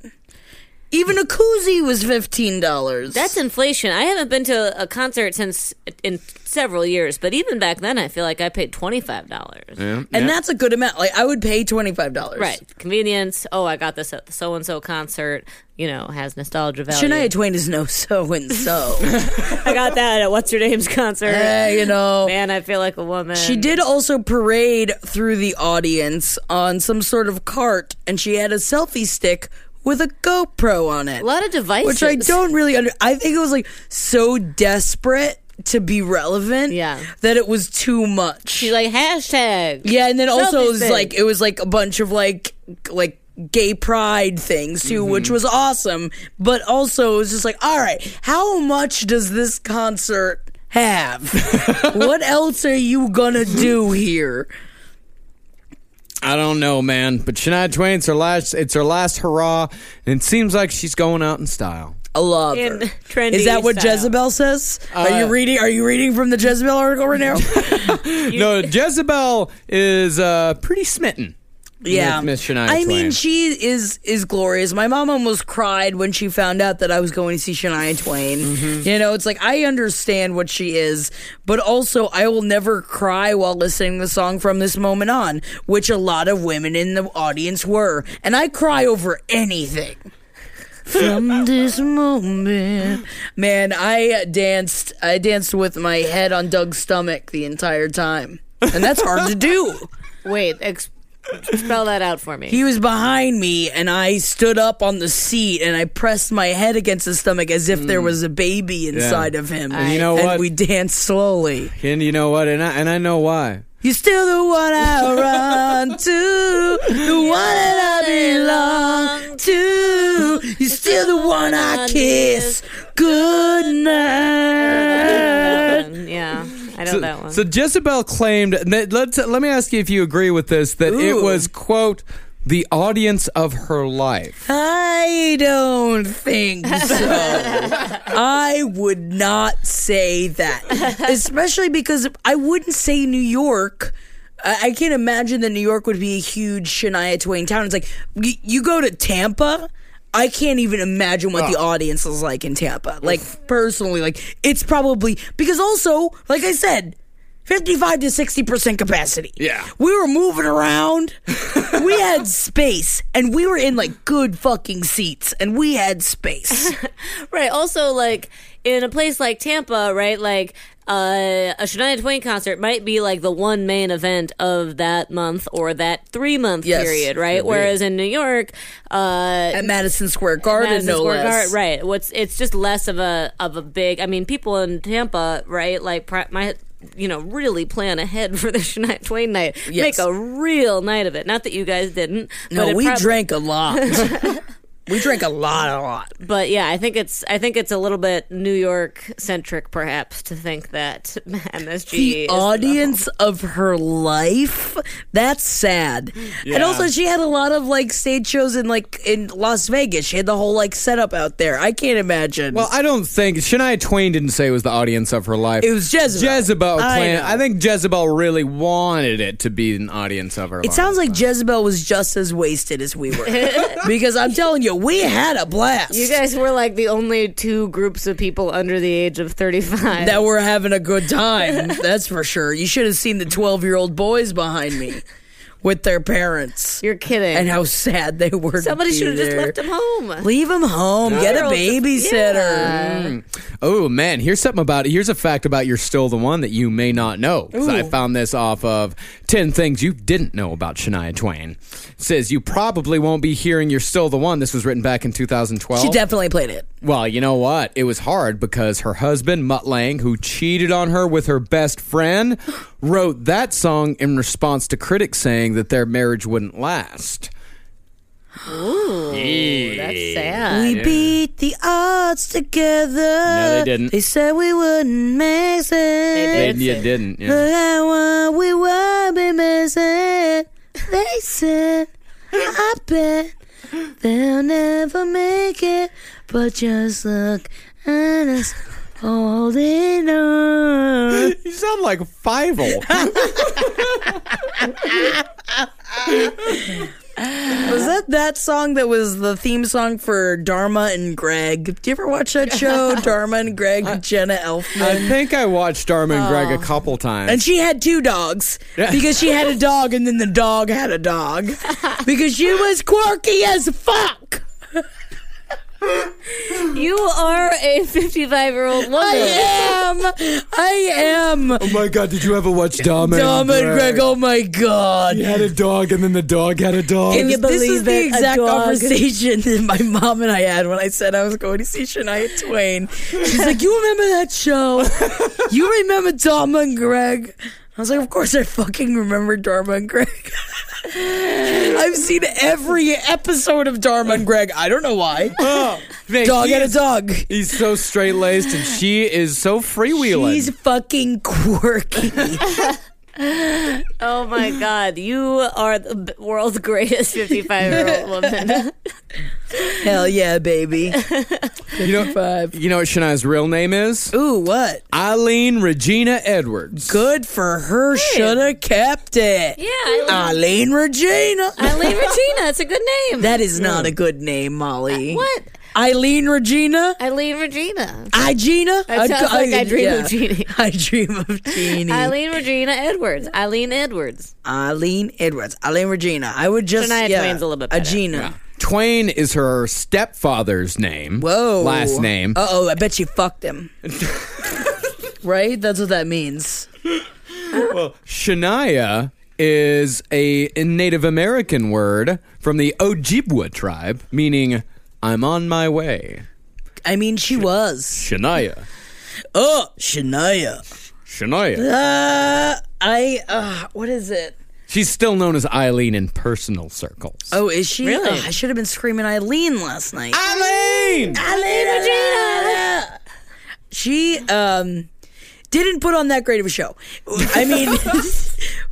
Speaker 2: Even a koozie was fifteen dollars.
Speaker 3: That's inflation. I haven't been to a concert since in several years, but even back then, I feel like I paid twenty five dollars.
Speaker 2: and that's a good amount. Like I would pay twenty five dollars.
Speaker 3: Right, convenience. Oh, I got this at the so and so concert. You know, has nostalgia value.
Speaker 2: Shania Twain is no so and so.
Speaker 3: I got that at what's her name's concert.
Speaker 2: Eh, you know.
Speaker 3: Man, I feel like a woman.
Speaker 2: She did also parade through the audience on some sort of cart, and she had a selfie stick with a GoPro on it.
Speaker 3: a lot of devices,
Speaker 2: which I don't really under. I think it was like so desperate to be relevant,
Speaker 3: Yeah.
Speaker 2: that it was too much.
Speaker 3: She's like hashtag.
Speaker 2: Yeah, and then also
Speaker 3: Selfie
Speaker 2: it was
Speaker 3: stick.
Speaker 2: like it was like a bunch of like like gay pride things too, which was awesome. But also it was just like, all right, how much does this concert have? what else are you gonna do here?
Speaker 4: I don't know, man. But Shania Twain's her last. It's her last hurrah, and it seems like she's going out in style.
Speaker 2: I love
Speaker 3: In
Speaker 2: her.
Speaker 3: trendy
Speaker 2: Is that what
Speaker 3: style.
Speaker 2: Jezebel says? are you reading? Are you reading from the Jezebel article right now?
Speaker 4: no, Jezebel is uh, pretty smitten.
Speaker 2: yeah,
Speaker 4: with Miss Shania
Speaker 2: I
Speaker 4: Twain.
Speaker 2: mean, she is is glorious. My mom almost cried when she found out that I was going to see Shania Twain.
Speaker 4: Mm-hmm.
Speaker 2: You know, it's like I understand what she is, but also I will never cry while listening to the song from this moment on, which a lot of women in the audience were, and I cry over anything. From this moment, man, I danced. I danced with my head on Doug's stomach the entire time, and that's hard to do.
Speaker 3: Wait, ex- spell that out for me.
Speaker 2: He was behind me, and I stood up on the seat and I pressed my head against his stomach as if there was a baby inside of him.
Speaker 4: Mm. And you know what?
Speaker 2: we danced slowly.
Speaker 4: And you know what? And I and I know why.
Speaker 2: You're still the one I run to, the one that I belong to. You're still the one I kiss. Good night.
Speaker 3: yeah, I know that one.
Speaker 4: So Jezebel claimed. That, let's let me ask you if you agree with this that it
Speaker 2: Ooh.
Speaker 4: was quote the audience of her life.
Speaker 2: I don't think so. I would not say that, especially because I wouldn't say New York. I, I can't imagine that New York would be a huge Shania Twain town. It's like y- you go to Tampa. I can't even imagine what the audience is like in Tampa. Like personally, like it's probably because also, like I said, fifty-five to sixty percent capacity.
Speaker 4: Yeah.
Speaker 2: we were moving around. we had space, and we were in like good fucking seats, and we had space.
Speaker 3: Right. Also, like in a place like Tampa, right? Like uh, a Shania Twain concert might be like the one main event of that month or that three month
Speaker 2: Yes.
Speaker 3: period, right? Whereas in New York, uh,
Speaker 2: at Madison Square Garden,
Speaker 3: Madison
Speaker 2: no
Speaker 3: Square
Speaker 2: less.
Speaker 3: Garden, right? What's it's just less of a of a big. I mean, people in Tampa, right? Like pri- my. You know, really plan ahead for the Shania Twain night.
Speaker 2: Yes.
Speaker 3: Make a real night of it. Not that you guys didn't. but
Speaker 2: No,
Speaker 3: it
Speaker 2: we
Speaker 3: prob-
Speaker 2: drank a lot. we drank a lot, a lot.
Speaker 3: But yeah, I think it's I think it's a little bit New York centric, perhaps, to think that MSG
Speaker 2: The
Speaker 3: is
Speaker 2: audience of her life. That's sad. And also, she had a lot of like stage shows in like in Las Vegas. She had the whole like setup out there. I can't imagine.
Speaker 4: Well, I don't think Shania Twain didn't say it was the audience of her life.
Speaker 2: it was Jezebel.
Speaker 4: Jezebel.
Speaker 2: I
Speaker 4: claimed-
Speaker 2: know.
Speaker 4: I, think Jezebel really wanted it to be an audience of her.
Speaker 2: It
Speaker 4: life.
Speaker 2: sounds like Jezebel was just as wasted as we were. because I'm telling you, we had a blast.
Speaker 3: You guys were like the only two groups of people under the age of thirty five.
Speaker 2: that we're having a good time. That's for sure. You should have seen the 12 year old boys behind me. with their parents
Speaker 3: You're kidding.
Speaker 2: and how sad they were. to
Speaker 3: Somebody
Speaker 2: be
Speaker 3: should have just
Speaker 2: there.
Speaker 3: left him home.
Speaker 2: Leave him home. Get a
Speaker 3: Girls just-
Speaker 2: babysitter.
Speaker 3: Yeah.
Speaker 4: Oh man, here's something about here's a fact about you're still the one that you may not know. 'Cause I found this off of ten things you didn't know about Shania Twain. It says you probably won't be hearing "You're Still the One." This was written back in 2012.
Speaker 2: She definitely played it.
Speaker 4: well, you know what? It was hard because her husband Mutt Lang, who cheated on her with her best friend, wrote that song in response to critics saying that their marriage wouldn't last.
Speaker 3: That's sad.
Speaker 2: We beat the odds together. No,
Speaker 4: they didn't.
Speaker 2: They said we wouldn't make it.
Speaker 3: did.
Speaker 4: They,
Speaker 3: That's
Speaker 4: you
Speaker 3: it.
Speaker 4: didn't. yeah.
Speaker 2: But I want we would be missing. They said, I bet they'll never make it. But just look at us holding on.
Speaker 4: You sound like Fievel.
Speaker 2: Was that that song that was the theme song for Dharma and Greg? Do you ever watch that show, Dharma and Greg, Jenna Elfman?
Speaker 4: I think I watched Dharma and Greg a couple times.
Speaker 2: Oh. And she had two dogs
Speaker 4: Yeah.
Speaker 2: because she had a dog and then the dog had a dog because she was quirky as fuck.
Speaker 3: You are a 55 year old woman.
Speaker 2: I am. I am.
Speaker 4: Oh my god, did you ever watch Dom and
Speaker 2: Dumb and Greg, oh my god.
Speaker 4: He had a dog and then the dog had a dog.
Speaker 2: Can you
Speaker 3: believe
Speaker 2: this is
Speaker 3: it?
Speaker 2: the
Speaker 3: A
Speaker 2: exact
Speaker 3: dog.
Speaker 2: conversation that my mom and I had when I said I was going to see Shania Twain. She's like, "You remember that show? You remember Dharma and Greg?" I was like, "Of course I fucking remember Dharma and Greg. I've seen every episode of Dharma and Greg. I don't know why.
Speaker 4: Man,
Speaker 2: Dog
Speaker 4: he
Speaker 2: and a
Speaker 4: is-
Speaker 2: dog.
Speaker 4: He's so straight laced and she is so freewheeling.
Speaker 2: She's fucking quirky.
Speaker 3: Oh my God. You are the b- world's greatest 55 year old woman.
Speaker 2: Hell yeah, baby.
Speaker 4: you know,
Speaker 2: Five.
Speaker 4: you know what Shania's real name is?
Speaker 2: Ooh, what?
Speaker 4: Eileen Regina Edwards.
Speaker 2: Good for her. Shoulda kept it.
Speaker 3: Yeah.
Speaker 2: Eileen Regina.
Speaker 3: Eileen Regina. It's a good name.
Speaker 2: That is not a good name, Molly.
Speaker 3: Uh, what?
Speaker 2: Eileen Regina?
Speaker 3: Eileen Regina.
Speaker 2: I Gina?
Speaker 3: That sounds like I dream of Jeannie.
Speaker 2: I dream of Jeannie. Eileen.
Speaker 3: Eileen Regina Edwards. Eileen Edwards.
Speaker 2: Edwards. Eileen Regina. I would just
Speaker 3: Shania
Speaker 2: yeah,
Speaker 3: Twain's a little bit
Speaker 2: A
Speaker 3: better.
Speaker 2: Gina.
Speaker 4: Twain is her stepfather's name.
Speaker 2: Whoa.
Speaker 4: Last name.
Speaker 2: Uh oh, I bet she fucked him. right? That's what that means.
Speaker 4: Shania is a Native American word from the Ojibwa tribe, meaning I'm on my way.
Speaker 2: I mean, she was.
Speaker 4: Shania.
Speaker 2: Oh, Shania.
Speaker 4: Shania.
Speaker 2: Uh, I, uh, what is it?
Speaker 4: She's still known as Eileen in personal circles.
Speaker 2: Oh, is she?
Speaker 3: Really?
Speaker 2: Ugh, I should have been screaming Eileen last night.
Speaker 4: Eileen!
Speaker 2: Eileen Regina. She um didn't put on that great of a show. I mean,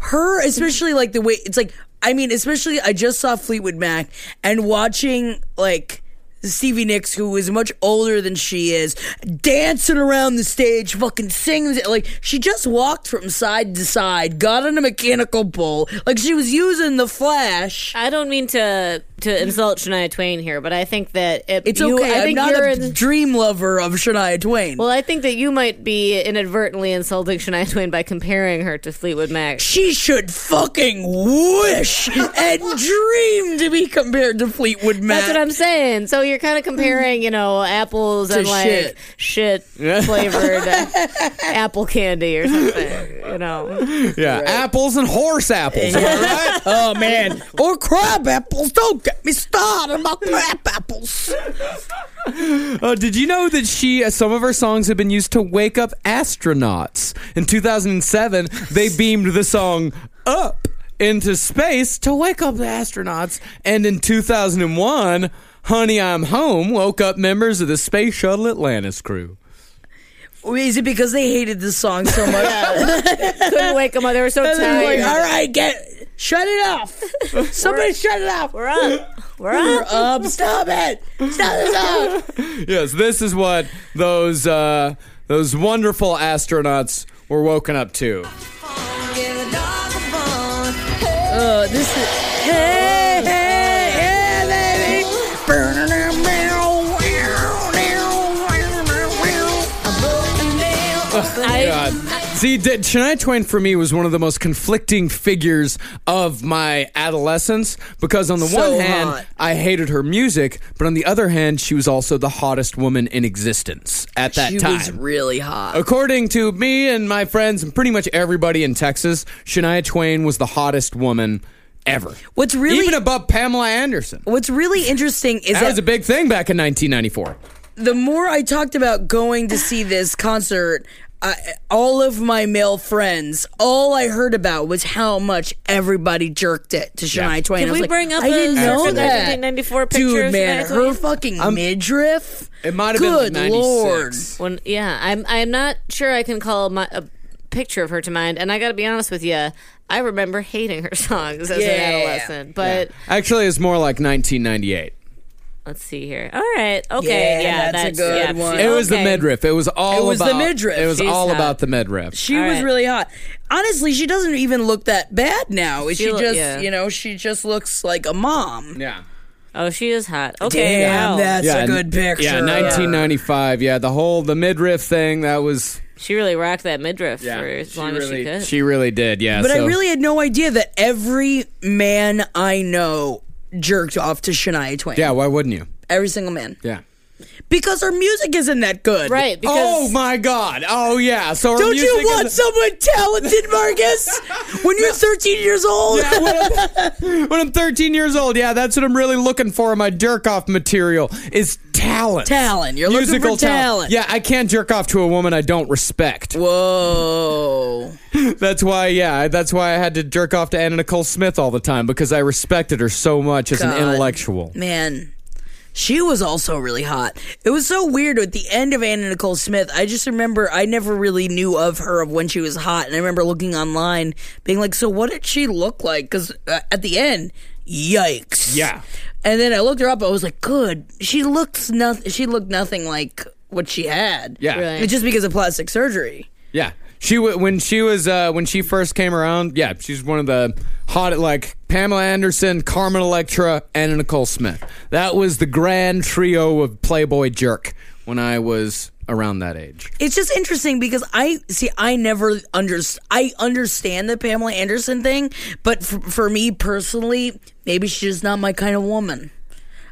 Speaker 2: her especially like the way it's like. I mean, especially I just saw Fleetwood Mac and watching like. Stevie Nicks, who is much older than she is, dancing around the stage, fucking sings it. Like, she just walked from side to side, got on a mechanical bull, like she was using the flash.
Speaker 3: I don't mean to to insult Shania Twain here, but I think that it,
Speaker 2: It's
Speaker 3: you,
Speaker 2: okay.
Speaker 3: I
Speaker 2: I'm
Speaker 3: think
Speaker 2: not
Speaker 3: you're
Speaker 2: a
Speaker 3: in-
Speaker 2: dream lover of Shania Twain.
Speaker 3: well, I think that you might be inadvertently insulting Shania Twain by comparing her to Fleetwood Mac.
Speaker 2: She should fucking wish and dream to be compared to Fleetwood Mac.
Speaker 3: That's what I'm saying. So you're kind of comparing, you know, apples
Speaker 2: Mm-hmm. To
Speaker 3: and like
Speaker 2: shit.
Speaker 3: shit flavored uh, apple candy or something. You know,
Speaker 4: Yeah, apples and horse apples. am I right?
Speaker 2: oh man, or crab apples. Don't get me started about crab apples.
Speaker 4: Uh, did you know that she, uh, some of her songs have been used to wake up astronauts? In 2007, they beamed the song Up into space to wake up the astronauts. And in 2001, Honey, I'm Home woke up members of the Space Shuttle Atlantis crew.
Speaker 2: Is it because they hated this song so much?
Speaker 3: couldn't wake them up. They were so
Speaker 2: And they're like,
Speaker 3: tired.
Speaker 2: all right, get shut it off. Somebody shut it off. We're up.
Speaker 3: We're up.
Speaker 2: Um, stop it. Stop it. Stop.
Speaker 4: Yes, this is what those, uh, those wonderful astronauts were woken up to.
Speaker 2: Uh, this is hey hey yeah, baby.
Speaker 3: I,
Speaker 4: God. See, D- Shania Twain for me was one of the most conflicting figures of my adolescence because, on the
Speaker 2: So
Speaker 4: one hand,
Speaker 2: hot.
Speaker 4: I hated her music, but on the other hand, she was also the hottest woman in existence at that
Speaker 2: she
Speaker 4: time.
Speaker 2: was really hot.
Speaker 4: According to me and my friends and pretty much everybody in Texas, Shania Twain was the hottest woman ever.
Speaker 2: What's really-
Speaker 4: even above Pamela Anderson?
Speaker 2: What's really interesting is
Speaker 4: That was a big thing back in 1994.
Speaker 2: the more I talked about going to see this concert, I, all of my male friends, all I heard about was how much everybody jerked it to Shania Twain.
Speaker 3: Can
Speaker 2: I was
Speaker 3: we
Speaker 2: like,
Speaker 3: bring up
Speaker 2: I
Speaker 3: a
Speaker 2: didn't know
Speaker 3: Circa
Speaker 2: that.
Speaker 3: 1994 picture
Speaker 2: Dude,
Speaker 3: of
Speaker 2: man,
Speaker 3: Shania
Speaker 2: her
Speaker 3: Twain?
Speaker 2: fucking midriff.
Speaker 4: It might have been
Speaker 2: Good
Speaker 4: like 96.
Speaker 2: lord.
Speaker 3: When yeah, I'm I'm not sure I can call my a picture of her to mind. And I got to be honest with you, I remember hating her songs as
Speaker 2: Yeah.
Speaker 3: an adolescent. But
Speaker 4: Actually, it's more like 1998.
Speaker 3: let's see here. All right,
Speaker 2: Yeah,
Speaker 3: okay, yeah,
Speaker 2: that's a good
Speaker 3: yeah.
Speaker 2: one.
Speaker 4: It was the
Speaker 3: Okay.
Speaker 4: midriff. It was all
Speaker 2: It was the
Speaker 4: about
Speaker 2: midriff.
Speaker 4: It was
Speaker 2: She's
Speaker 4: all
Speaker 3: hot.
Speaker 4: about the midriff.
Speaker 2: She
Speaker 3: All
Speaker 2: was
Speaker 3: right.
Speaker 2: really hot. Honestly, she doesn't even look that bad now. She,
Speaker 3: She lo-
Speaker 2: just,
Speaker 3: yeah.
Speaker 2: you know, she just looks like a mom.
Speaker 4: yeah.
Speaker 3: Oh, she is hot. Okay,
Speaker 2: Damn,
Speaker 3: wow.
Speaker 2: that's
Speaker 4: Yeah,
Speaker 2: a good picture.
Speaker 4: Yeah, 1995. Yeah, the whole the midriff thing that was
Speaker 3: she really rocked that midriff
Speaker 4: yeah,
Speaker 3: for as long as she
Speaker 4: really
Speaker 3: could.
Speaker 4: she really did. Yeah.
Speaker 2: But
Speaker 4: so-
Speaker 2: I really had no idea that every man I know jerked off to Shania Twain.
Speaker 4: Yeah, why wouldn't you?
Speaker 2: Every single man.
Speaker 4: Yeah.
Speaker 2: Because her music isn't that good.
Speaker 3: right? Because
Speaker 4: oh my god. Oh yeah. So her
Speaker 2: Don't you
Speaker 4: music is-
Speaker 2: want someone talented, Marcus? when you're 13 years old?
Speaker 4: Yeah, when, I'm, when I'm 13 years old, yeah, that's what I'm really looking for in my jerk off material is talent.
Speaker 2: Talent. You're looking
Speaker 4: Musical
Speaker 2: for talent.
Speaker 4: Yeah, I can't jerk off to a woman I don't respect.
Speaker 2: Whoa.
Speaker 4: That's why, yeah, that's why I had to jerk off to Anna Nicole Smith all the time because I respected her so much as
Speaker 2: God.
Speaker 4: an intellectual.
Speaker 2: Man. She was also really hot. It was so weird at the end of Anna Nicole Smith. I just remember I never really knew of her of when she was hot, and I remember looking online, being like, "So what did she look like?" Because uh, at the end, yikes!
Speaker 4: Yeah.
Speaker 2: And then I looked her up. I was like, "Good." She looks nothing. She looked nothing like what she had.
Speaker 4: Yeah.
Speaker 3: Right.
Speaker 2: It's just because of plastic surgery.
Speaker 4: Yeah. She wa when she was uh, when she first came around, yeah, she's one of the hot like Pamela Anderson, Carmen Electra, and Nicole Smith. That was the grand trio of Playboy jerk when I was around that age.
Speaker 2: It's just interesting because I see I never under I understand the Pamela Anderson thing, but for, for me personally, maybe she's just not my kind of woman.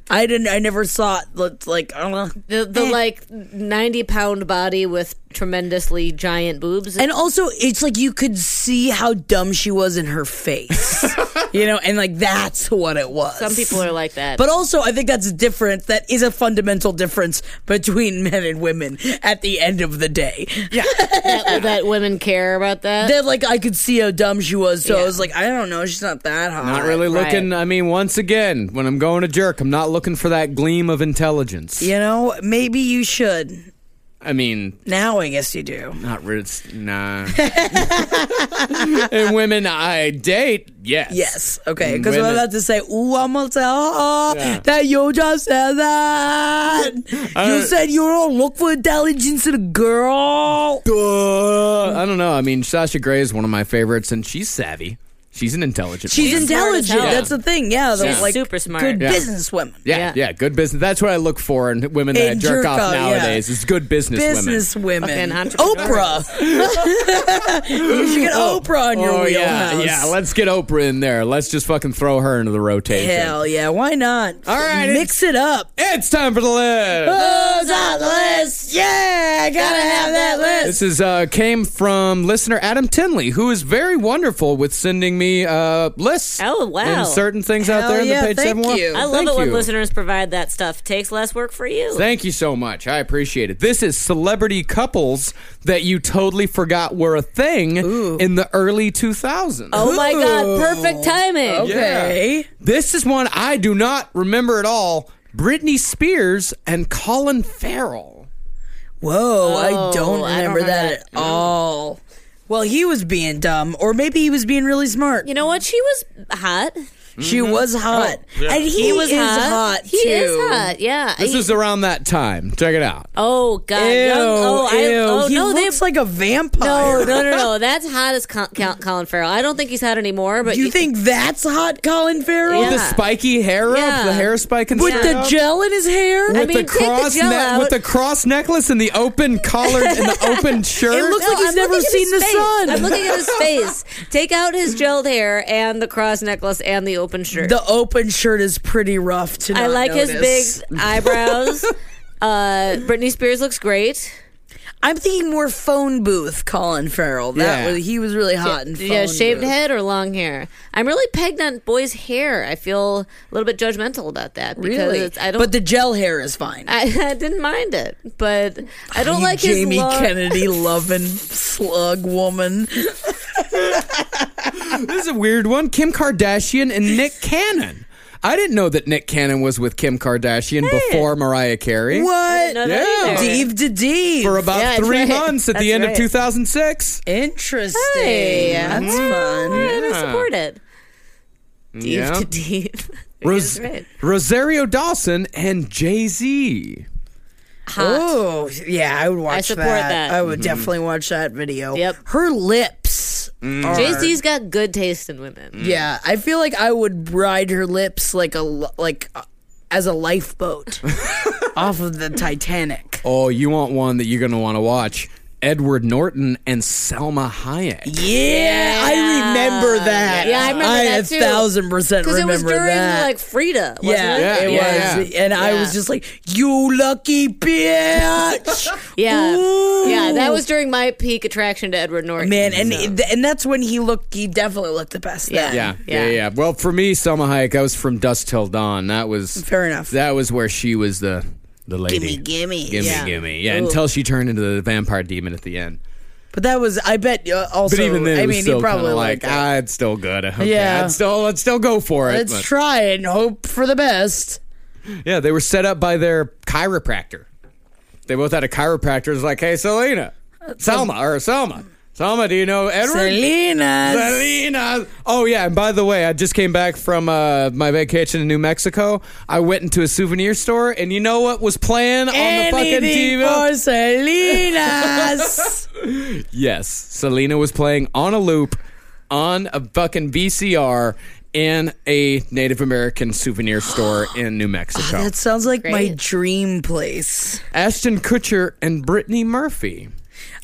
Speaker 2: I didn't. I never saw it looked like I don't know.
Speaker 3: the, the like ninety pound body with tremendously giant boobs.
Speaker 2: And also, it's like you could see how dumb she was in her face, you know, and like that's what it was.
Speaker 3: Some people are like that.
Speaker 2: But also, I think that's different. That is a fundamental difference between men and women at the end of the day. Yeah.
Speaker 3: that, that women care about that.
Speaker 2: Then, like, I could see how dumb she was, so I
Speaker 3: Yeah.
Speaker 2: was like, I don't know, she's not that hot.
Speaker 4: Not really
Speaker 3: right.
Speaker 4: looking. I mean, once again, when I'm going to jerk, I'm not looking for that gleam of intelligence.
Speaker 2: You know, maybe you should.
Speaker 4: I mean,
Speaker 2: Now, I guess you do.
Speaker 4: not roots. Nah. and women I date, yes.
Speaker 2: Yes. Okay.
Speaker 4: And
Speaker 2: Because I'm
Speaker 4: women-
Speaker 2: about to say, ooh, I'm going to tell her that you just said that. you said you don't look for intelligence in a girl.
Speaker 4: Duh. I don't know. I mean, Sasha Grey is one of my favorites, and she's savvy. She's an intelligent.
Speaker 2: She's
Speaker 4: woman.
Speaker 3: smart as
Speaker 2: intelligent.
Speaker 3: hell.
Speaker 2: That's the thing. Yeah. She's like
Speaker 3: super smart.
Speaker 2: Good
Speaker 4: Yeah.
Speaker 2: business women.
Speaker 4: yeah, yeah,
Speaker 3: yeah.
Speaker 4: good business. That's what I look for in women that
Speaker 2: In
Speaker 4: I jerk,
Speaker 2: jerk
Speaker 4: off
Speaker 2: off, yeah.
Speaker 4: nowadays. Is good business,
Speaker 2: Business
Speaker 4: women.
Speaker 2: women.
Speaker 3: Fucking entrepreneurs.
Speaker 2: Oprah. you should get Oprah on your
Speaker 4: oh yeah,
Speaker 2: wheelhouse.
Speaker 4: yeah. Let's get Oprah in there. Let's just fucking throw her into the rotation.
Speaker 2: Hell yeah, why not?
Speaker 4: All right,
Speaker 2: Mix it up.
Speaker 4: It's time for the list.
Speaker 2: Who's on the list? Yeah, gotta have that list.
Speaker 4: This is uh, came from listener Adam Tinley, who is very wonderful with sending me uh, lists.
Speaker 3: Oh, wow.
Speaker 4: And certain things out
Speaker 2: Hell
Speaker 4: there in
Speaker 2: yeah,
Speaker 4: the page
Speaker 2: thank
Speaker 4: seven one.
Speaker 2: you.
Speaker 3: I love
Speaker 4: Thank
Speaker 3: it when
Speaker 4: you.
Speaker 3: listeners provide that stuff. Takes less work for you.
Speaker 4: Thank you so much. I appreciate it. This is celebrity couples that you totally forgot were a thing in the early 2000s.
Speaker 3: oh my god, perfect timing.
Speaker 2: Okay.
Speaker 4: This is one I do not remember at all. Britney Spears and Colin Farrell.
Speaker 2: Whoa, I don't
Speaker 3: Oh, I don't
Speaker 2: remember
Speaker 3: remember
Speaker 2: that,
Speaker 3: that.
Speaker 2: at all. Well, he was being dumb, or maybe he was being really smart.
Speaker 3: You know what? She was hot.
Speaker 2: She was hot, and he, was is hot.
Speaker 3: He
Speaker 2: too.
Speaker 3: is hot. Yeah.
Speaker 4: This
Speaker 3: He-
Speaker 4: was around that time. Check it out.
Speaker 3: oh God.
Speaker 4: Ew,
Speaker 3: Young- oh,
Speaker 4: ew.
Speaker 3: I, oh
Speaker 2: he
Speaker 3: no, they
Speaker 2: looks like a vampire.
Speaker 3: no, no, no, no. That's hot as Col- Col- Colin Farrell. I don't think he's hot anymore. But
Speaker 2: You think that's hot, Colin Farrell?
Speaker 4: With the
Speaker 3: Yeah.
Speaker 4: spiky hair up,
Speaker 3: Yeah.
Speaker 4: the hair spike and
Speaker 2: With
Speaker 4: stuff.
Speaker 2: the gel in his hair?
Speaker 4: With
Speaker 3: I mean,
Speaker 4: the
Speaker 3: take the
Speaker 4: cross
Speaker 3: gel out.
Speaker 4: with the cross necklace and the open collared and the open shirt.
Speaker 2: It looks like he's
Speaker 3: I'm
Speaker 2: never
Speaker 3: looking at
Speaker 2: seen
Speaker 3: his
Speaker 2: the
Speaker 3: face.
Speaker 2: sun.
Speaker 3: I'm looking at his face. Take out his gelled hair and the cross necklace and the open shirt.
Speaker 2: The open shirt is pretty rough to
Speaker 3: I
Speaker 2: not
Speaker 3: like
Speaker 2: notice.
Speaker 3: his big eyebrows. uh, Britney Spears looks great.
Speaker 2: I'm thinking more phone booth Colin Farrell. That
Speaker 4: Yeah.
Speaker 2: was he was really hot and phone
Speaker 3: yeah, shaved
Speaker 2: booth.
Speaker 3: head or long hair. I'm really pegged on boys' hair. I feel a little bit judgmental about that because
Speaker 2: Really,
Speaker 3: it's, I don't.
Speaker 2: but the gel hair is fine.
Speaker 3: I, I didn't mind it, but I don't
Speaker 2: You
Speaker 3: like his
Speaker 2: Jamie
Speaker 3: long-
Speaker 2: Kennedy loving slug woman.
Speaker 4: This is a weird one. Kim Kardashian and Nick Cannon. I didn't know that Nick Cannon was with Kim Kardashian before Mariah Carey
Speaker 2: What?
Speaker 3: No, no,
Speaker 4: Oh, Yeah.
Speaker 3: either.
Speaker 2: Dave to Dave.
Speaker 4: for about
Speaker 3: Yeah, that's
Speaker 4: three
Speaker 3: right.
Speaker 4: months at the
Speaker 3: That's
Speaker 4: end of
Speaker 3: right.
Speaker 4: 2006.
Speaker 2: Interesting. Mm,
Speaker 3: Hey, Mm.
Speaker 2: That's fun.
Speaker 3: I support it. Deep
Speaker 4: Yeah.
Speaker 3: to deep.
Speaker 4: Ros-
Speaker 3: right.
Speaker 4: Rosario Dawson and Jay Z.
Speaker 3: Hot.
Speaker 2: Oh, yeah, I would watch
Speaker 3: support that.
Speaker 2: I
Speaker 4: Mm-hmm.
Speaker 2: would definitely watch that video.
Speaker 3: Yep.
Speaker 2: Her lips.
Speaker 4: Mm.
Speaker 2: are-
Speaker 3: Jay Z's got good taste in women.
Speaker 2: Yeah, I feel like I would ride her lips like a l- like uh, as a lifeboat off of the Titanic.
Speaker 4: Oh, you want one that you're going to want to watch? Edward Norton and Selma Hayek.
Speaker 2: Yeah, I remember that.
Speaker 3: Yeah, I remember that
Speaker 2: a
Speaker 3: too.
Speaker 2: thousand percent
Speaker 3: Because it
Speaker 2: remember
Speaker 3: was during
Speaker 2: that.
Speaker 3: like Frida, wasn't
Speaker 2: yeah,
Speaker 3: it?
Speaker 2: it
Speaker 4: Yeah,
Speaker 2: was,
Speaker 4: yeah.
Speaker 2: and I was
Speaker 3: Yeah.
Speaker 2: just like, "You lucky bitch!"
Speaker 3: Yeah.
Speaker 2: Ooh.
Speaker 3: Yeah, that was during my peak attraction to Edward Norton.
Speaker 2: man, and it- and that's when he looked. He definitely looked the best. Yeah, then.
Speaker 4: Yeah, yeah,
Speaker 3: Yeah.
Speaker 4: yeah, Well, for me, Selma Hayek, I was from Dust Till Dawn. That was
Speaker 2: Fair enough.
Speaker 4: That was where she was the the lady.
Speaker 2: gimme, gimme.
Speaker 4: gimme,
Speaker 2: yeah.
Speaker 4: gimme. Yeah, until she turned into the vampire demon at the end.
Speaker 2: But that was, I bet. Uh, also,
Speaker 4: But even then,
Speaker 2: I
Speaker 4: it was
Speaker 2: mean,
Speaker 4: still
Speaker 2: he probably
Speaker 4: kinda
Speaker 2: liked
Speaker 4: like,
Speaker 2: that.
Speaker 4: ah, it's still good. Okay,
Speaker 2: Yeah.
Speaker 4: yeah, I'd still, let's still go for it.
Speaker 2: Let's
Speaker 4: But-
Speaker 2: try and hope for the best.
Speaker 4: yeah, they were set up by their chiropractor. They both had a chiropractor. It was like, hey, Selena, Selma, or Selma, Selma, do you know Edward?
Speaker 2: Selena.
Speaker 4: Selena. Oh yeah, and by the way, I just came back from uh, my vacation in New Mexico. I went into a souvenir store, and you know what was playing on the fucking
Speaker 2: Anything
Speaker 4: TV?
Speaker 2: for Selena's.
Speaker 4: yes, Selena was playing on a loop on a fucking VCR in a Native American souvenir store in New Mexico.
Speaker 2: that sounds like my
Speaker 3: Great.
Speaker 2: dream place.
Speaker 4: Ashton Kutcher and Brittany Murphy.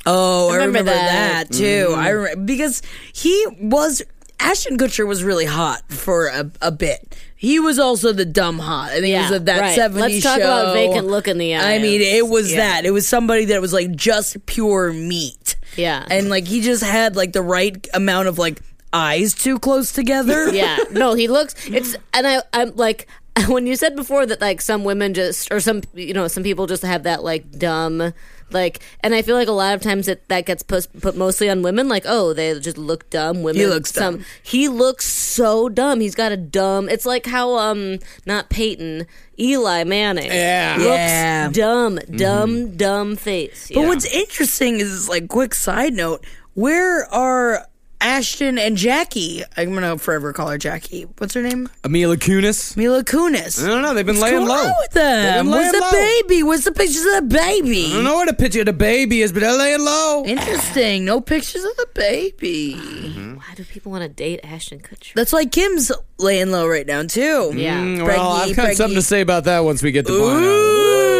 Speaker 2: Oh, I remember,
Speaker 3: Remember
Speaker 2: that.
Speaker 3: that. Mm-hmm.
Speaker 2: too. I re- because he was Ashton Kutcher was really hot for a, a bit. He was also the dumb hot. I think it
Speaker 3: Yeah,
Speaker 2: was of that
Speaker 3: right.
Speaker 2: 70s
Speaker 3: Let's talk
Speaker 2: show.
Speaker 3: about vacant look in the
Speaker 2: I
Speaker 3: eyes.
Speaker 2: mean, it was
Speaker 3: Yeah.
Speaker 2: that. It was somebody that was like just pure meat.
Speaker 3: Yeah.
Speaker 2: And like he just had like the right amount of like eyes too close together.
Speaker 3: yeah. No, he looks. It's and I. I'm like when you said before that like some women just or some you know some people just have that like dumb like and I feel like a lot of times that that gets put put mostly on women like oh they just look dumb women
Speaker 2: He looks
Speaker 3: some
Speaker 2: dumb.
Speaker 3: he looks so dumb he's got a dumb it's like how um not Peyton Eli Manning
Speaker 4: Yeah.
Speaker 3: looks
Speaker 2: Yeah. Mm-hmm.
Speaker 3: dumb dumb dumb face
Speaker 2: But
Speaker 3: yeah.
Speaker 2: what's interesting is like quick side note, where are Ashton and Jackie? I'm gonna forever call her Jackie. What's her name?
Speaker 4: Amila Kunis.
Speaker 2: Mila Kunis.
Speaker 4: I don't know. They've been laying
Speaker 2: What's
Speaker 4: low.
Speaker 2: going on with
Speaker 4: They've
Speaker 2: them?
Speaker 4: been
Speaker 2: Where's
Speaker 4: laying
Speaker 2: the
Speaker 4: low.
Speaker 2: baby? Where's the pictures of the baby?
Speaker 4: I don't know what a picture of the baby is, but they're laying low.
Speaker 2: Interesting. No pictures of the baby.
Speaker 4: Mm-hmm.
Speaker 3: why do people want to date Ashton Kutcher
Speaker 2: That's why Kim's laying low right now too.
Speaker 3: Yeah.
Speaker 4: Mm, well, I've got something to say about that once we get to
Speaker 2: Ooh.
Speaker 4: Bono.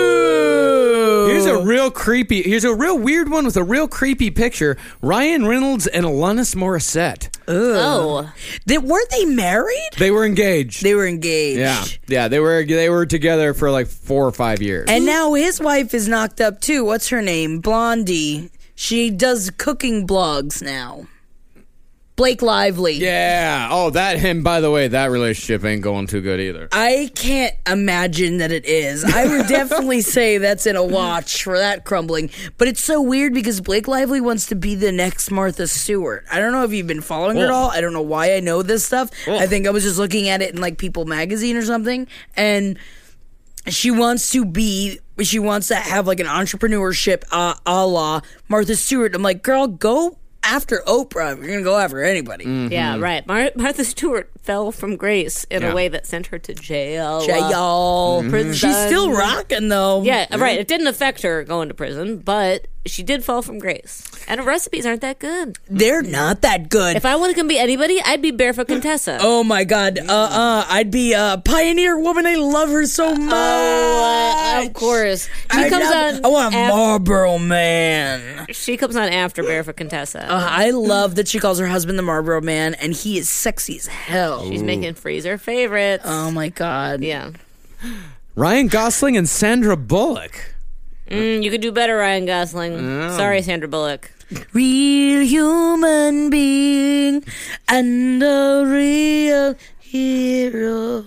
Speaker 4: Here's a real creepy. Here's a real weird one with a real creepy picture. Ryan Reynolds and Alanis Morissette.
Speaker 3: oh
Speaker 2: Did, were they married?
Speaker 4: They were engaged.
Speaker 2: They were engaged.
Speaker 4: yeah, yeah. They were they were together for like four or five years.
Speaker 2: And now his wife is knocked up too. What's her name? Blondie. She does cooking blogs now. Blake Lively.
Speaker 4: yeah. Oh, that him. By the way, that relationship ain't going too good either.
Speaker 2: I can't imagine that it is. I would definitely say that's in a watch for that crumbling. But it's so weird because Blake Lively wants to be the next Martha Stewart. I don't know if you've been following her at all. I don't know why I know this stuff. I think I was just looking at it in like People magazine or something. And she wants to be she wants to have like an entrepreneurship uh, a la Martha Stewart. I'm like, girl, go after Oprah. You're gonna go after anybody.
Speaker 3: Mm. Yeah, right. Mar- Martha Stewart fell from grace in
Speaker 4: Yeah.
Speaker 3: a way that sent her to jail. uh,
Speaker 2: y'all. Mm-hmm.
Speaker 3: Prison.
Speaker 2: She's still Mm-hmm. rocking though.
Speaker 3: Mm. Yeah, right. It didn't affect her going to prison, but she did fall from grace. And her recipes aren't that good.
Speaker 2: They're not that good.
Speaker 3: If I wanted to be anybody, I'd be Barefoot Contessa.
Speaker 2: Oh my god. Uh uh I'd be a pioneer woman. I love her so much. Oh,
Speaker 3: Uh, of course. She
Speaker 2: I,
Speaker 3: comes
Speaker 2: love-
Speaker 3: on
Speaker 2: I want a
Speaker 3: af-
Speaker 2: Marlboro man.
Speaker 3: She comes on after Barefoot Contessa.
Speaker 2: I love that she calls her husband the Marlboro man and he is sexy as hell.
Speaker 3: She's making freezer favorites.
Speaker 2: Oh my god.
Speaker 3: yeah.
Speaker 4: Ryan Gosling and Sandra Bullock.
Speaker 3: Mm, you could do better, Ryan Gosling.
Speaker 2: Oh.
Speaker 3: Sorry, Sandra Bullock.
Speaker 2: Real human being and a real hero.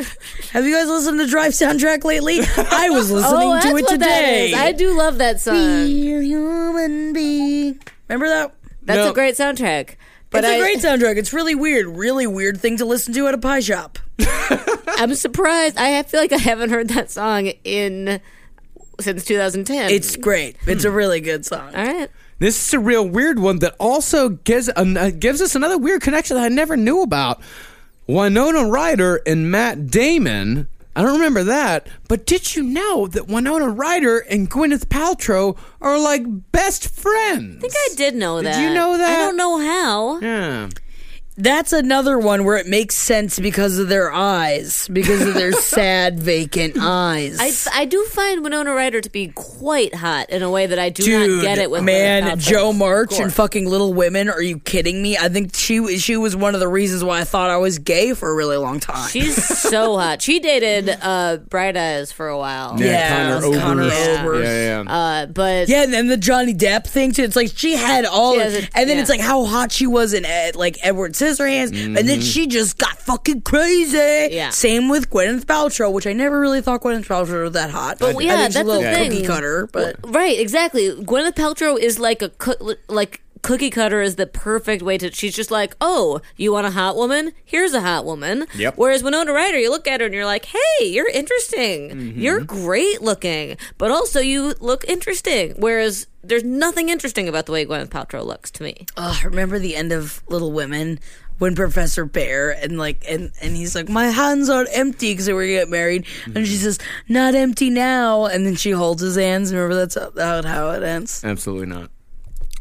Speaker 2: Have you guys listened to Drive soundtrack lately? I was
Speaker 3: Oh,
Speaker 2: listening to it today.
Speaker 3: I do love that song.
Speaker 2: Real human being. Remember that?
Speaker 3: That's
Speaker 4: No.
Speaker 3: a great soundtrack. But
Speaker 2: it's a
Speaker 3: I,
Speaker 2: great soundtrack. It's really weird, really weird thing to listen to at a pie shop.
Speaker 3: I'm surprised. I feel like I haven't heard that song in since 2010.
Speaker 2: It's great. It's a
Speaker 3: Hmm.
Speaker 2: really good song.
Speaker 3: all right.
Speaker 4: This is a real weird one that also gives an, uh, gives us another weird connection that I never knew about. Winona Ryder and Matt Damon. I don't remember that, but did you know that Winona Ryder and Gwyneth Paltrow are like best friends?
Speaker 3: I think I did know that.
Speaker 4: you know that?
Speaker 3: I don't know how.
Speaker 4: Yeah.
Speaker 2: That's another one where it makes sense because of their eyes, because of their sad, vacant eyes.
Speaker 3: I, I do find Winona Ryder to be quite hot in a way that I do
Speaker 2: Dude,
Speaker 3: not get it with Gwyneth
Speaker 2: man,
Speaker 3: Paltrow.
Speaker 2: Joe March and
Speaker 3: Gore.
Speaker 2: fucking Little Women. Are you kidding me? I think she was- she was one of the reasons why I thought I was gay for a really long time.
Speaker 3: She's so hot. She dated uh, Bright Eyes for a while.
Speaker 2: Yeah,
Speaker 4: Connor
Speaker 2: Connor
Speaker 4: Oberst.
Speaker 2: Oberst.
Speaker 4: Yeah, yeah.
Speaker 3: Uh, but
Speaker 2: Yeah, and then the Johnny Depp thing too. It's like she had all,
Speaker 3: She
Speaker 2: of,
Speaker 3: has a-
Speaker 2: and then
Speaker 3: yeah.
Speaker 2: it's like how hot she was in Ed, like Edward Scissorhands, and then she just got fucking crazy.
Speaker 3: Mm-hmm. Yeah.
Speaker 2: Same with Gwyneth Paltrow, which I never really thought Gwyneth Paltrow was that hot.
Speaker 3: But yeah,
Speaker 2: I think she's
Speaker 3: that's
Speaker 2: a little
Speaker 3: the thing.
Speaker 2: cookie cutter, but
Speaker 3: Right, exactly. Gwyneth Paltrow is like a coo- like cookie cutter is the perfect way to. She's just like, oh, you want a hot woman? Here's a hot woman.
Speaker 4: Yep.
Speaker 3: Whereas Winona Ryder, you look at her and you're like, hey, you're interesting.
Speaker 4: Mm-hmm.
Speaker 3: You're great looking, but also you look interesting. Whereas there's nothing interesting about the way Gwyneth Paltrow looks to me.
Speaker 2: Ugh, remember the end of Little Women when Professor Bear and like and and he's like, my hands are empty because they were gonna get married, and
Speaker 3: Mm-hmm.
Speaker 2: she says, not empty now, and then she holds his hands. Remember that's how, how it ends.
Speaker 4: Absolutely not.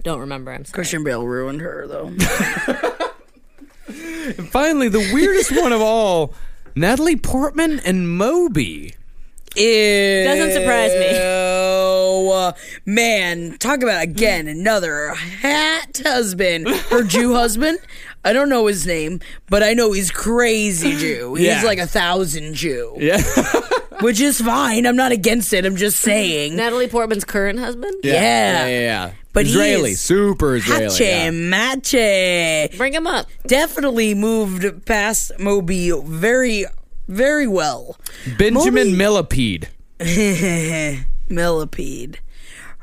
Speaker 3: Don't remember. I'm sorry.
Speaker 2: Christian Bale ruined her though.
Speaker 4: And finally, the weirdest one of all, Natalie Portman and Moby.
Speaker 2: Ew.
Speaker 3: Doesn't surprise me.
Speaker 2: Oh man, talk about again another hat husband or Jew husband. I don't know his name, but I know he's crazy Jew. He's
Speaker 4: Yeah.
Speaker 2: like a thousand Jew,
Speaker 4: Yeah.
Speaker 2: which is fine. I'm not against it. I'm just saying.
Speaker 3: Natalie Portman's current husband.
Speaker 4: Yeah, yeah,
Speaker 2: Yeah.
Speaker 4: yeah.
Speaker 2: But he
Speaker 4: Israeli,
Speaker 2: is
Speaker 4: super Israeli. yeah.
Speaker 2: Hache, mache.
Speaker 3: Bring him up.
Speaker 2: Definitely moved past Moby very, very well.
Speaker 4: Benjamin
Speaker 2: Moby-
Speaker 4: Millipede.
Speaker 2: Millipede.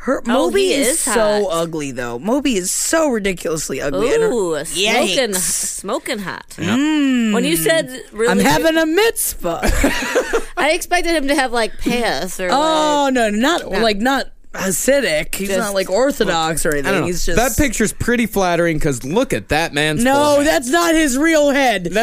Speaker 2: Her
Speaker 3: Oh,
Speaker 2: Moby
Speaker 3: he
Speaker 2: is,
Speaker 3: is
Speaker 2: so
Speaker 3: hot.
Speaker 2: ugly though. Moby is so ridiculously ugly. and her-
Speaker 3: Ooh, smoking,
Speaker 2: Yikes. Mm.
Speaker 3: smoking hot. When you said, really,
Speaker 2: I'm having a mitzvah.
Speaker 3: I expected him to have like pants or like,
Speaker 2: oh no, not like not Hasidic. He's
Speaker 3: Just-
Speaker 2: not like Orthodox or
Speaker 4: I
Speaker 2: anything.
Speaker 4: don't know.
Speaker 2: He's just
Speaker 4: that picture's pretty flattering because look at that man's
Speaker 2: No,
Speaker 4: forehead.
Speaker 2: that's not his real head. Put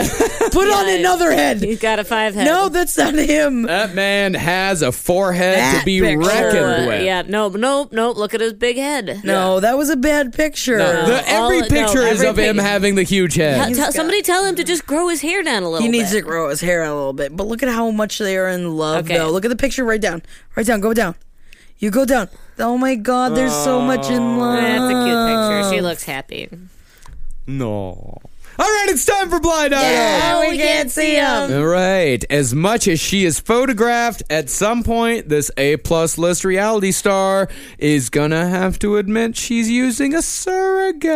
Speaker 2: on another
Speaker 3: He's
Speaker 2: head.
Speaker 3: got a five head.
Speaker 2: No, that's not him.
Speaker 4: that man has a forehead to
Speaker 2: That
Speaker 4: be
Speaker 2: picture.
Speaker 4: reckoned
Speaker 3: Uh,
Speaker 4: with.
Speaker 3: yeah, no, no, no. Look at his big head.
Speaker 2: No, that was a bad picture.
Speaker 4: No, the-
Speaker 3: all-
Speaker 4: every
Speaker 3: no,
Speaker 4: picture is
Speaker 3: every
Speaker 4: of him
Speaker 3: pic-
Speaker 4: having the huge
Speaker 3: Tell-
Speaker 4: head.
Speaker 3: tell- somebody tell him to just grow his hair down a little.
Speaker 2: He needs
Speaker 3: bit.
Speaker 2: to grow his hair out a little bit. But look at how much they are in love,
Speaker 3: Okay.
Speaker 2: though. Look at the picture right down. Right down. Go down. You go down. Oh my God, there's so much
Speaker 3: Oh.
Speaker 2: in love.
Speaker 3: That's a cute
Speaker 2: Oh.
Speaker 3: picture. She looks happy.
Speaker 4: No. All right, it's time for blind item.
Speaker 2: Oh, we can't see him.
Speaker 4: All right. As much as she is photographed, at some point, this A plus list reality star is gonna have to admit she's using a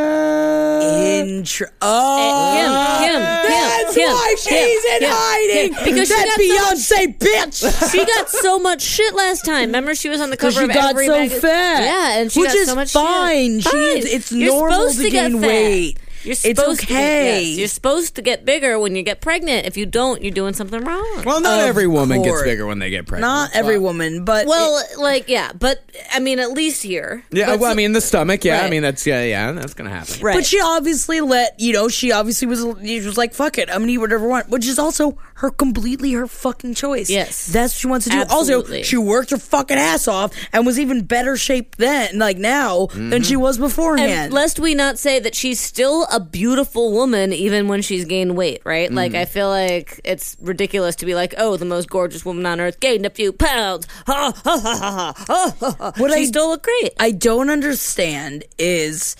Speaker 4: surrogate.
Speaker 2: Intro. Oh,
Speaker 3: Him, him,
Speaker 2: that's
Speaker 3: him, him,
Speaker 2: why she's in
Speaker 3: him, him,
Speaker 2: hiding.
Speaker 3: him. Because she
Speaker 2: that
Speaker 3: got
Speaker 2: Beyonce bitch.
Speaker 3: She got so much shit last time. Remember, she was on the cover
Speaker 2: Because she
Speaker 3: of
Speaker 2: got
Speaker 3: every
Speaker 2: so
Speaker 3: magazine.
Speaker 2: fat.
Speaker 3: Yeah, and she
Speaker 2: Which
Speaker 3: got
Speaker 2: is
Speaker 3: so much
Speaker 2: fine.
Speaker 3: shit.
Speaker 2: She is- it's
Speaker 3: You're
Speaker 2: normal
Speaker 3: supposed
Speaker 2: to
Speaker 3: to get
Speaker 2: gain
Speaker 3: fat.
Speaker 2: weight.
Speaker 3: You're
Speaker 2: it's
Speaker 3: supposed
Speaker 2: okay.
Speaker 3: To, yes, you're supposed to get bigger when you get pregnant. If you don't, you're doing something wrong.
Speaker 4: Well, not
Speaker 2: Of
Speaker 4: every woman gets
Speaker 2: course.
Speaker 4: bigger when they get pregnant.
Speaker 2: Not every woman, but
Speaker 3: Well, like yeah, but I mean, at least here.
Speaker 4: yeah, well, I mean the stomach. Yeah, I
Speaker 3: Right.
Speaker 4: mean that's yeah, yeah, that's gonna happen.
Speaker 2: Right. But she obviously let you know. She obviously was. She was like, "Fuck it, I'm gonna eat whatever I want," which is also her completely her fucking choice.
Speaker 3: Yes.
Speaker 2: that's what she wants to do. Also,
Speaker 3: Absolutely.
Speaker 2: she worked her fucking ass off and was even better shape then, like now, than she was beforehand.
Speaker 3: Mm-hmm. And lest we not say that she's still a beautiful woman even when she's gained weight, right?
Speaker 2: Mm.
Speaker 3: Like I feel like it's ridiculous to be like, oh, the most gorgeous woman on earth gained a few pounds. Ha ha ha ha ha, ha ha. ha.
Speaker 2: Uh, What
Speaker 3: she
Speaker 2: I-
Speaker 3: still look great.
Speaker 2: I don't understand is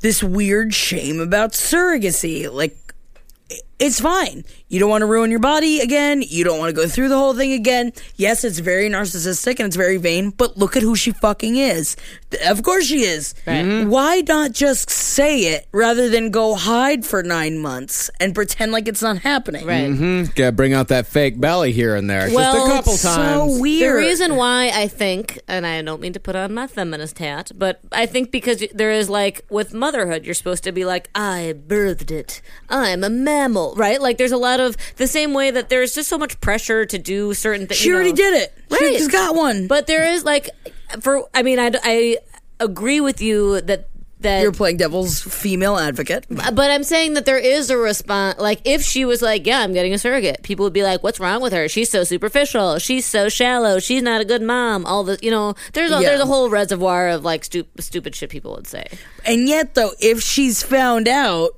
Speaker 2: this weird shame about surrogacy. Like, it's fine. You don't want to ruin your body again. You don't want to go through the whole thing again. Yes, it's very narcissistic and it's very vain, but look at who she fucking is. Th- Of course she is. Why not just say it rather than go hide for nine months and pretend like it's not happening?
Speaker 3: Right.
Speaker 4: hmm, Gotta bring out that fake belly here and there, Mm-hmm. just
Speaker 3: Well,
Speaker 4: a couple
Speaker 2: it's
Speaker 4: times.
Speaker 2: so weird.
Speaker 3: The reason why I think, and I don't mean to put on my feminist hat, but I think because there is like with motherhood, you're supposed to be like, I birthed it. I'm a mammal, right? Like there's a lot of the same way that there's just so much pressure to do certain things.
Speaker 2: She already did it. She just got one.
Speaker 3: But there is like, for I mean, I, I agree with you that that
Speaker 2: You're playing devil's female advocate.
Speaker 3: but I'm saying that there is a response. Like, if she was like, "Yeah, I'm getting a surrogate," people would be like, "What's wrong with her? She's so superficial. She's so shallow. She's not a good mom." All the, you know, there's a,
Speaker 2: Yeah.
Speaker 3: there's a whole reservoir of like stu- stupid shit people would say.
Speaker 2: And yet, though, if she's found out,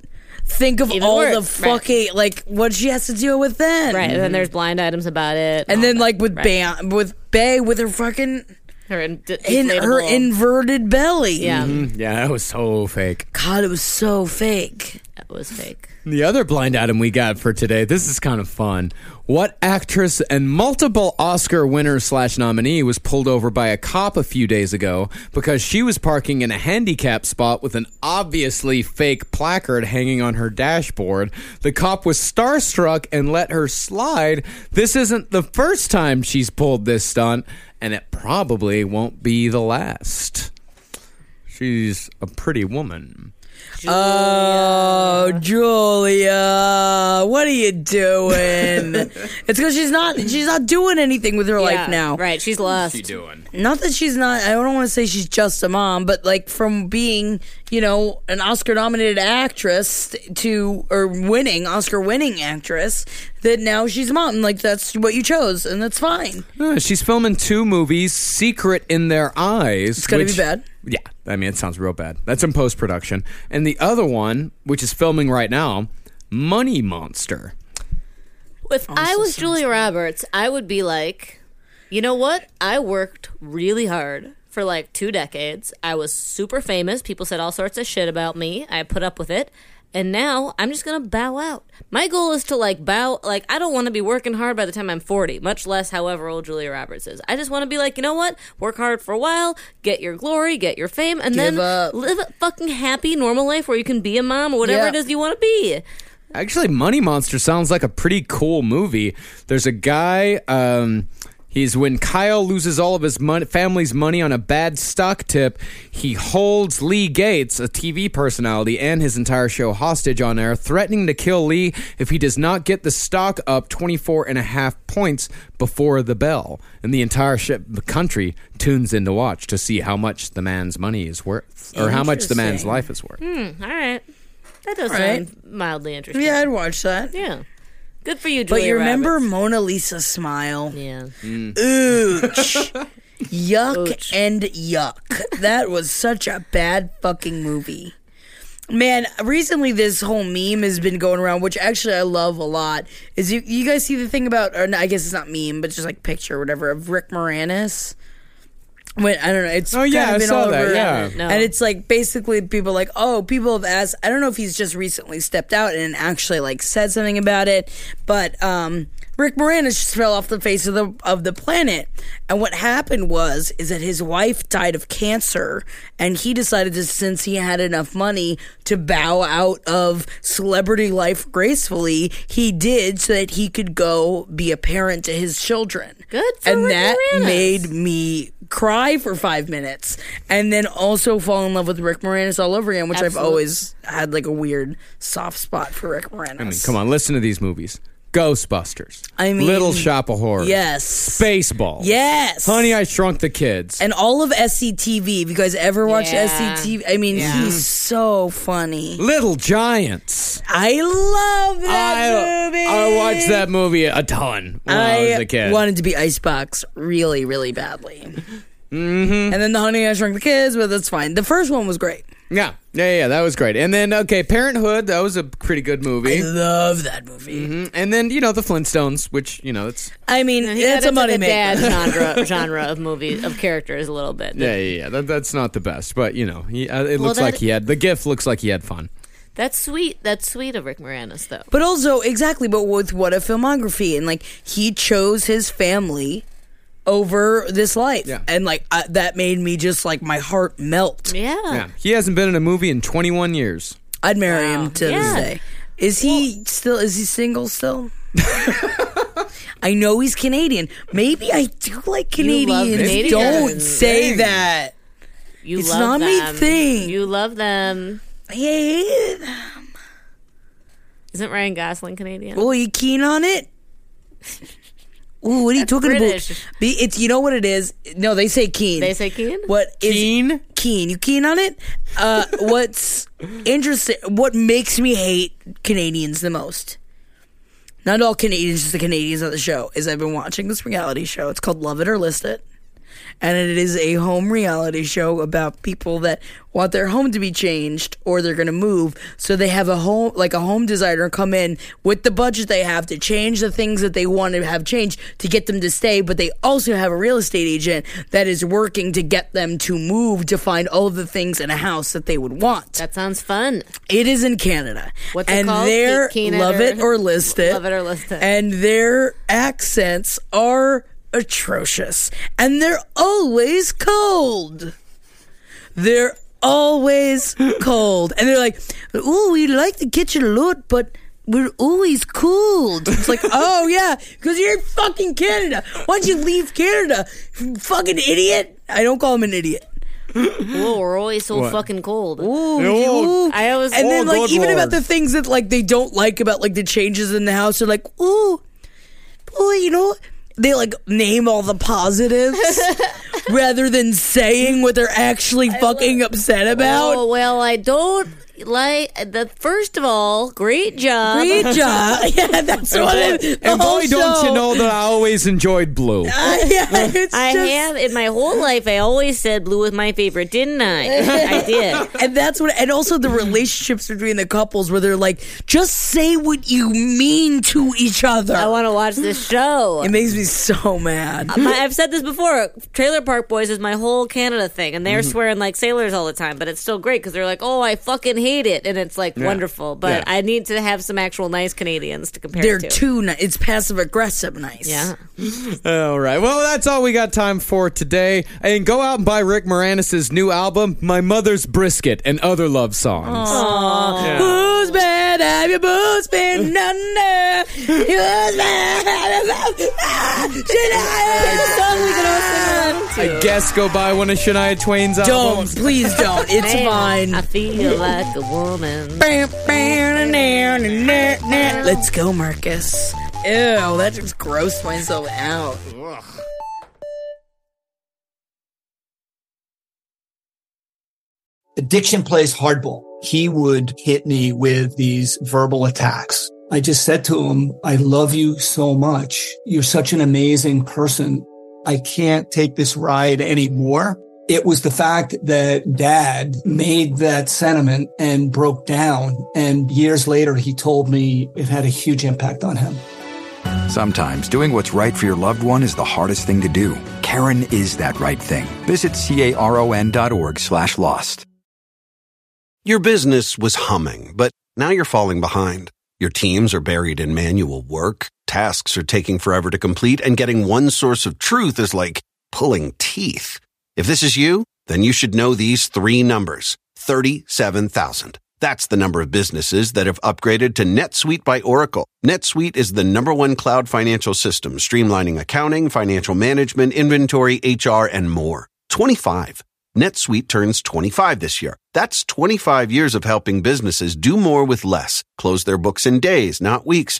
Speaker 2: think of
Speaker 3: Even
Speaker 2: all
Speaker 3: worse,
Speaker 2: the
Speaker 3: right.
Speaker 2: fucking like what she has to deal with then.
Speaker 3: Right, and then there's blind items about it, Oh,
Speaker 2: And then
Speaker 3: all
Speaker 2: like with
Speaker 3: that.
Speaker 2: Bam, with Bay, with her fucking
Speaker 3: her in, d-
Speaker 2: in Mm-hmm. her
Speaker 3: inflatable-
Speaker 2: inverted belly.
Speaker 3: yeah,
Speaker 4: Hmm, yeah, that was so fake.
Speaker 2: God, it was so fake.
Speaker 3: that was fake.
Speaker 4: The other blind item we got for today, this is kind of fun. What actress and multiple Oscar winner slash nominee was pulled over by a cop a few days ago because she was parking in a handicap spot with an obviously fake placard hanging on her dashboard. The cop was starstruck and let her slide. This isn't the first time she's pulled this stunt, and it probably won't be the last. She's a pretty woman.
Speaker 2: Oh, Julia, what are you doing? it's because she's not she's not doing anything with her life
Speaker 3: Yeah,
Speaker 2: now.
Speaker 3: right? She's lost.
Speaker 4: Doing.
Speaker 2: not that she's not i don't want to say she's just a mom but like from being you know an oscar nominated actress to or winning oscar winning actress that now she's a mom and like that's what you chose and that's fine
Speaker 4: Uh, she's filming two movies, Secret in Their Eyes. It's
Speaker 2: gotta be bad.
Speaker 4: Yeah, I mean, it sounds real bad. That's in post production. And the other one, which is filming right now, Money Monster.
Speaker 3: If I was Julia Roberts, I would be like, you know what? I worked really hard for like two decades. I was super famous. People said all sorts of shit about me. I put up with it. And now I'm just going to bow out. My goal is to like bow. Like, I don't want to be working hard by the time I'm 40, much less however old Julia Roberts is. I just want to be like, you know what? Work hard for a while, get your glory, get your fame, and then
Speaker 2: up.
Speaker 3: live a fucking happy, normal life where you can be a mom or whatever
Speaker 2: Yeah.
Speaker 3: it is you want to be.
Speaker 4: Actually, Money Monster sounds like a pretty cool movie. There's a guy. Um, he's when Kyle loses all of his mon- family's money on a bad stock tip. He holds Lee Gates, a TV personality, and his entire show hostage on air, threatening to kill Lee if he does not get the stock up 24 and a half points before the bell. And the entire sh- the country tunes in to watch to see how much the man's money is worth or how much the man's
Speaker 2: Interesting.
Speaker 4: life is worth.
Speaker 3: All right. That does
Speaker 2: right.
Speaker 3: sound mildly interesting.
Speaker 2: yeah i'd watch that
Speaker 3: Yeah. Good for you, Julia.
Speaker 2: but you remember
Speaker 3: Roberts.
Speaker 2: mona lisa smile
Speaker 3: Yeah.
Speaker 2: ooch yuck
Speaker 3: Ouch.
Speaker 2: and yuck that was such a bad fucking movie Man, recently this whole meme has been going around, which actually I love a lot. Is you you guys see the thing about? Or no, I guess it's not meme, but just like picture or whatever of Rick Moranis. Wait, I don't know. It's
Speaker 4: Oh, yeah,
Speaker 2: kind
Speaker 4: I
Speaker 2: of been
Speaker 4: saw
Speaker 2: all
Speaker 4: that,
Speaker 2: over,
Speaker 4: yeah.
Speaker 3: No.
Speaker 2: and it's like basically people like, oh, people have asked. I don't know if he's just recently stepped out and actually like said something about it, but um, Rick Moranis just fell off the face of the of the planet. And what happened was is that his wife died of cancer and he decided to since he had enough money to bow out of celebrity life gracefully, he did so that he could go be a parent to his children.
Speaker 3: Good for
Speaker 2: And
Speaker 3: Rick
Speaker 2: that
Speaker 3: Moranis.
Speaker 2: made me cry for five minutes and then also fall in love with Rick Moranis all over again, which I've
Speaker 3: Absolute-
Speaker 2: always had like a weird soft spot for Rick Moranis.
Speaker 4: I mean, come on, listen to these movies: Ghostbusters,
Speaker 2: I mean-
Speaker 4: Little Shop of Horrors,
Speaker 2: Yes.
Speaker 4: Baseball,
Speaker 2: Yes.
Speaker 4: Honey, I Shrunk the Kids.
Speaker 2: and all of SCTV. If you guys ever watch
Speaker 3: Yeah.
Speaker 2: SCTV, I mean, he's so funny.
Speaker 4: Little Giants.
Speaker 2: I love that
Speaker 4: I,
Speaker 2: movie.
Speaker 4: I watched that movie a ton when I, was a kid.
Speaker 2: wanted to be Icebox really, really badly. Mm-hmm. And then the Honey I Shrunk the Kids, but that's fine. The first one was great.
Speaker 4: yeah, yeah, yeah, that was great. And then okay, Parenthood, that was a pretty good movie.
Speaker 2: Love that movie.
Speaker 4: and then you know the Flintstones, which you know it's
Speaker 2: I mean,
Speaker 3: He
Speaker 2: it's a
Speaker 3: got
Speaker 2: money
Speaker 3: into the dad
Speaker 2: maker.
Speaker 3: genre genre of movies of characters a little bit.
Speaker 4: yeah, yeah, yeah. That, that's not the best, but you know he, uh, it
Speaker 3: Well,
Speaker 4: looks
Speaker 3: that-
Speaker 4: like he had the GIF. Looks like he had fun.
Speaker 3: That's sweet. That's sweet of Rick Moranis though.
Speaker 2: But also, exactly, but with what a filmography. And like, he chose his family over this life.
Speaker 4: Yeah.
Speaker 2: And like, I, that made me just like my heart melt.
Speaker 3: Yeah.
Speaker 4: Yeah, he hasn't been in a movie in 21 years.
Speaker 2: I'd marry
Speaker 3: Wow.
Speaker 2: him to this
Speaker 3: Yeah.
Speaker 2: day. Is he still? Is he single still? I know he's Canadian. Maybe I do like Canadians.
Speaker 3: love Canadians.
Speaker 2: Don't say
Speaker 4: Dang.
Speaker 2: that.
Speaker 3: You
Speaker 2: It's not
Speaker 3: love
Speaker 2: me
Speaker 3: them.
Speaker 2: thing.
Speaker 3: You love them.
Speaker 2: Yeah.
Speaker 3: Isn't Ryan Gosling Canadian?
Speaker 2: Oh, you keen on it? Ooh, what are you talking
Speaker 3: British.
Speaker 2: about? Be, it's you know what it is. No, they say keen.
Speaker 3: They say keen?
Speaker 2: What is
Speaker 4: Keen?
Speaker 2: Keen. You keen on it? Uh, what's interesting? What makes me hate Canadians the most? Not all Canadians, just the Canadians on the show. Is I've been watching this reality show. It's called Love It or List It, and it is a home reality show about people that want their home to be changed or they're going to move. So they have a home, like a home designer, come in with the budget they have to change the things that they want to have changed to get them to stay. But they also have a real estate agent that is working to get them to move to find all of the things in a house that they would want.
Speaker 3: That sounds fun.
Speaker 2: It is in Canada.
Speaker 3: What's it
Speaker 2: and
Speaker 3: called?
Speaker 2: Their,
Speaker 3: Keen it
Speaker 2: love
Speaker 3: or-
Speaker 2: it or list it.
Speaker 3: Love it or list it.
Speaker 2: And their accents are atrocious. And they're always cold. They're always cold. And they're like, "Ooh, we like the kitchen a lot, but we're always cold." It's like, "Oh yeah, because you're in fucking Canada. Why don't you leave Canada, you fucking idiot?" I don't call him an idiot.
Speaker 3: Whoa, we're always so fucking cold.
Speaker 2: Ooh,
Speaker 4: oh,
Speaker 2: ooh.
Speaker 3: I always-
Speaker 2: and then
Speaker 4: oh,
Speaker 2: like
Speaker 4: good
Speaker 2: even
Speaker 4: lord.
Speaker 2: about the things that like they don't like about like the changes in the house. They're like, ooh, boy, you know, they like name all the positives rather than saying what they're actually fucking upset about.
Speaker 3: Oh well, I don't like the. First of all, great job.
Speaker 2: Great job. yeah, that's what it is.
Speaker 4: And boy, don't you know that I always enjoyed blue.
Speaker 2: yeah, it's
Speaker 3: I
Speaker 2: just,
Speaker 3: have in my whole life. I always said blue was my favorite, didn't I? I did.
Speaker 2: and that's what and also the relationships between the couples where they're like just say what you mean to each other
Speaker 3: I want to watch this show. Uh,
Speaker 2: it makes me so mad
Speaker 3: My, I've said this before. Trailer Park Boys is my whole Canada thing, and
Speaker 2: Mm-hmm.
Speaker 3: they're swearing like sailors all the time. But it's still great because they're like, "Oh, I fucking hate it," and it's like wonderful. But
Speaker 4: Yeah.
Speaker 3: I need to have some actual nice Canadians to compare.
Speaker 2: They're
Speaker 3: to.
Speaker 2: too nice. It's passive aggressive nice.
Speaker 3: Yeah.
Speaker 4: All right. Well, that's all we got time for today. And go out and buy Rick Moranis' new album, My Mother's Brisket and Other Love
Speaker 3: Oh.
Speaker 4: Songs.
Speaker 2: Who's bad? Have your boots been under? Who's bad?
Speaker 4: I guess go buy one of Shania Twain's
Speaker 2: Don't,
Speaker 4: albums.
Speaker 2: please don't. It's
Speaker 3: Man,
Speaker 2: fine.
Speaker 3: I feel like a woman.
Speaker 2: Let's go, Marcus. Ew, that just grossed myself out.
Speaker 5: Addiction plays hardball. He would hit me with these verbal attacks. I just said to him, I love you so much. You're such an amazing person. I can't take this ride anymore. It was the fact that dad made that sentiment and broke down. And years later, he told me it had a huge impact on him.
Speaker 6: Sometimes doing what's right for your loved one is the hardest thing to do. Karen is that right thing. Visit caron.org slash lost.
Speaker 7: Your business was humming, but now you're falling behind. Your teams are buried in manual work, tasks are taking forever to complete, and getting one source of truth is like pulling teeth. If this is you, then you should know these three numbers 37,000. That's the number of businesses that have upgraded to NetSuite by Oracle. NetSuite is the number one cloud financial system, streamlining accounting, financial management, inventory, HR, and more. 25. NetSuite turns 25 this year. That's 25 years of helping businesses do more with less, close their books in days, not weeks,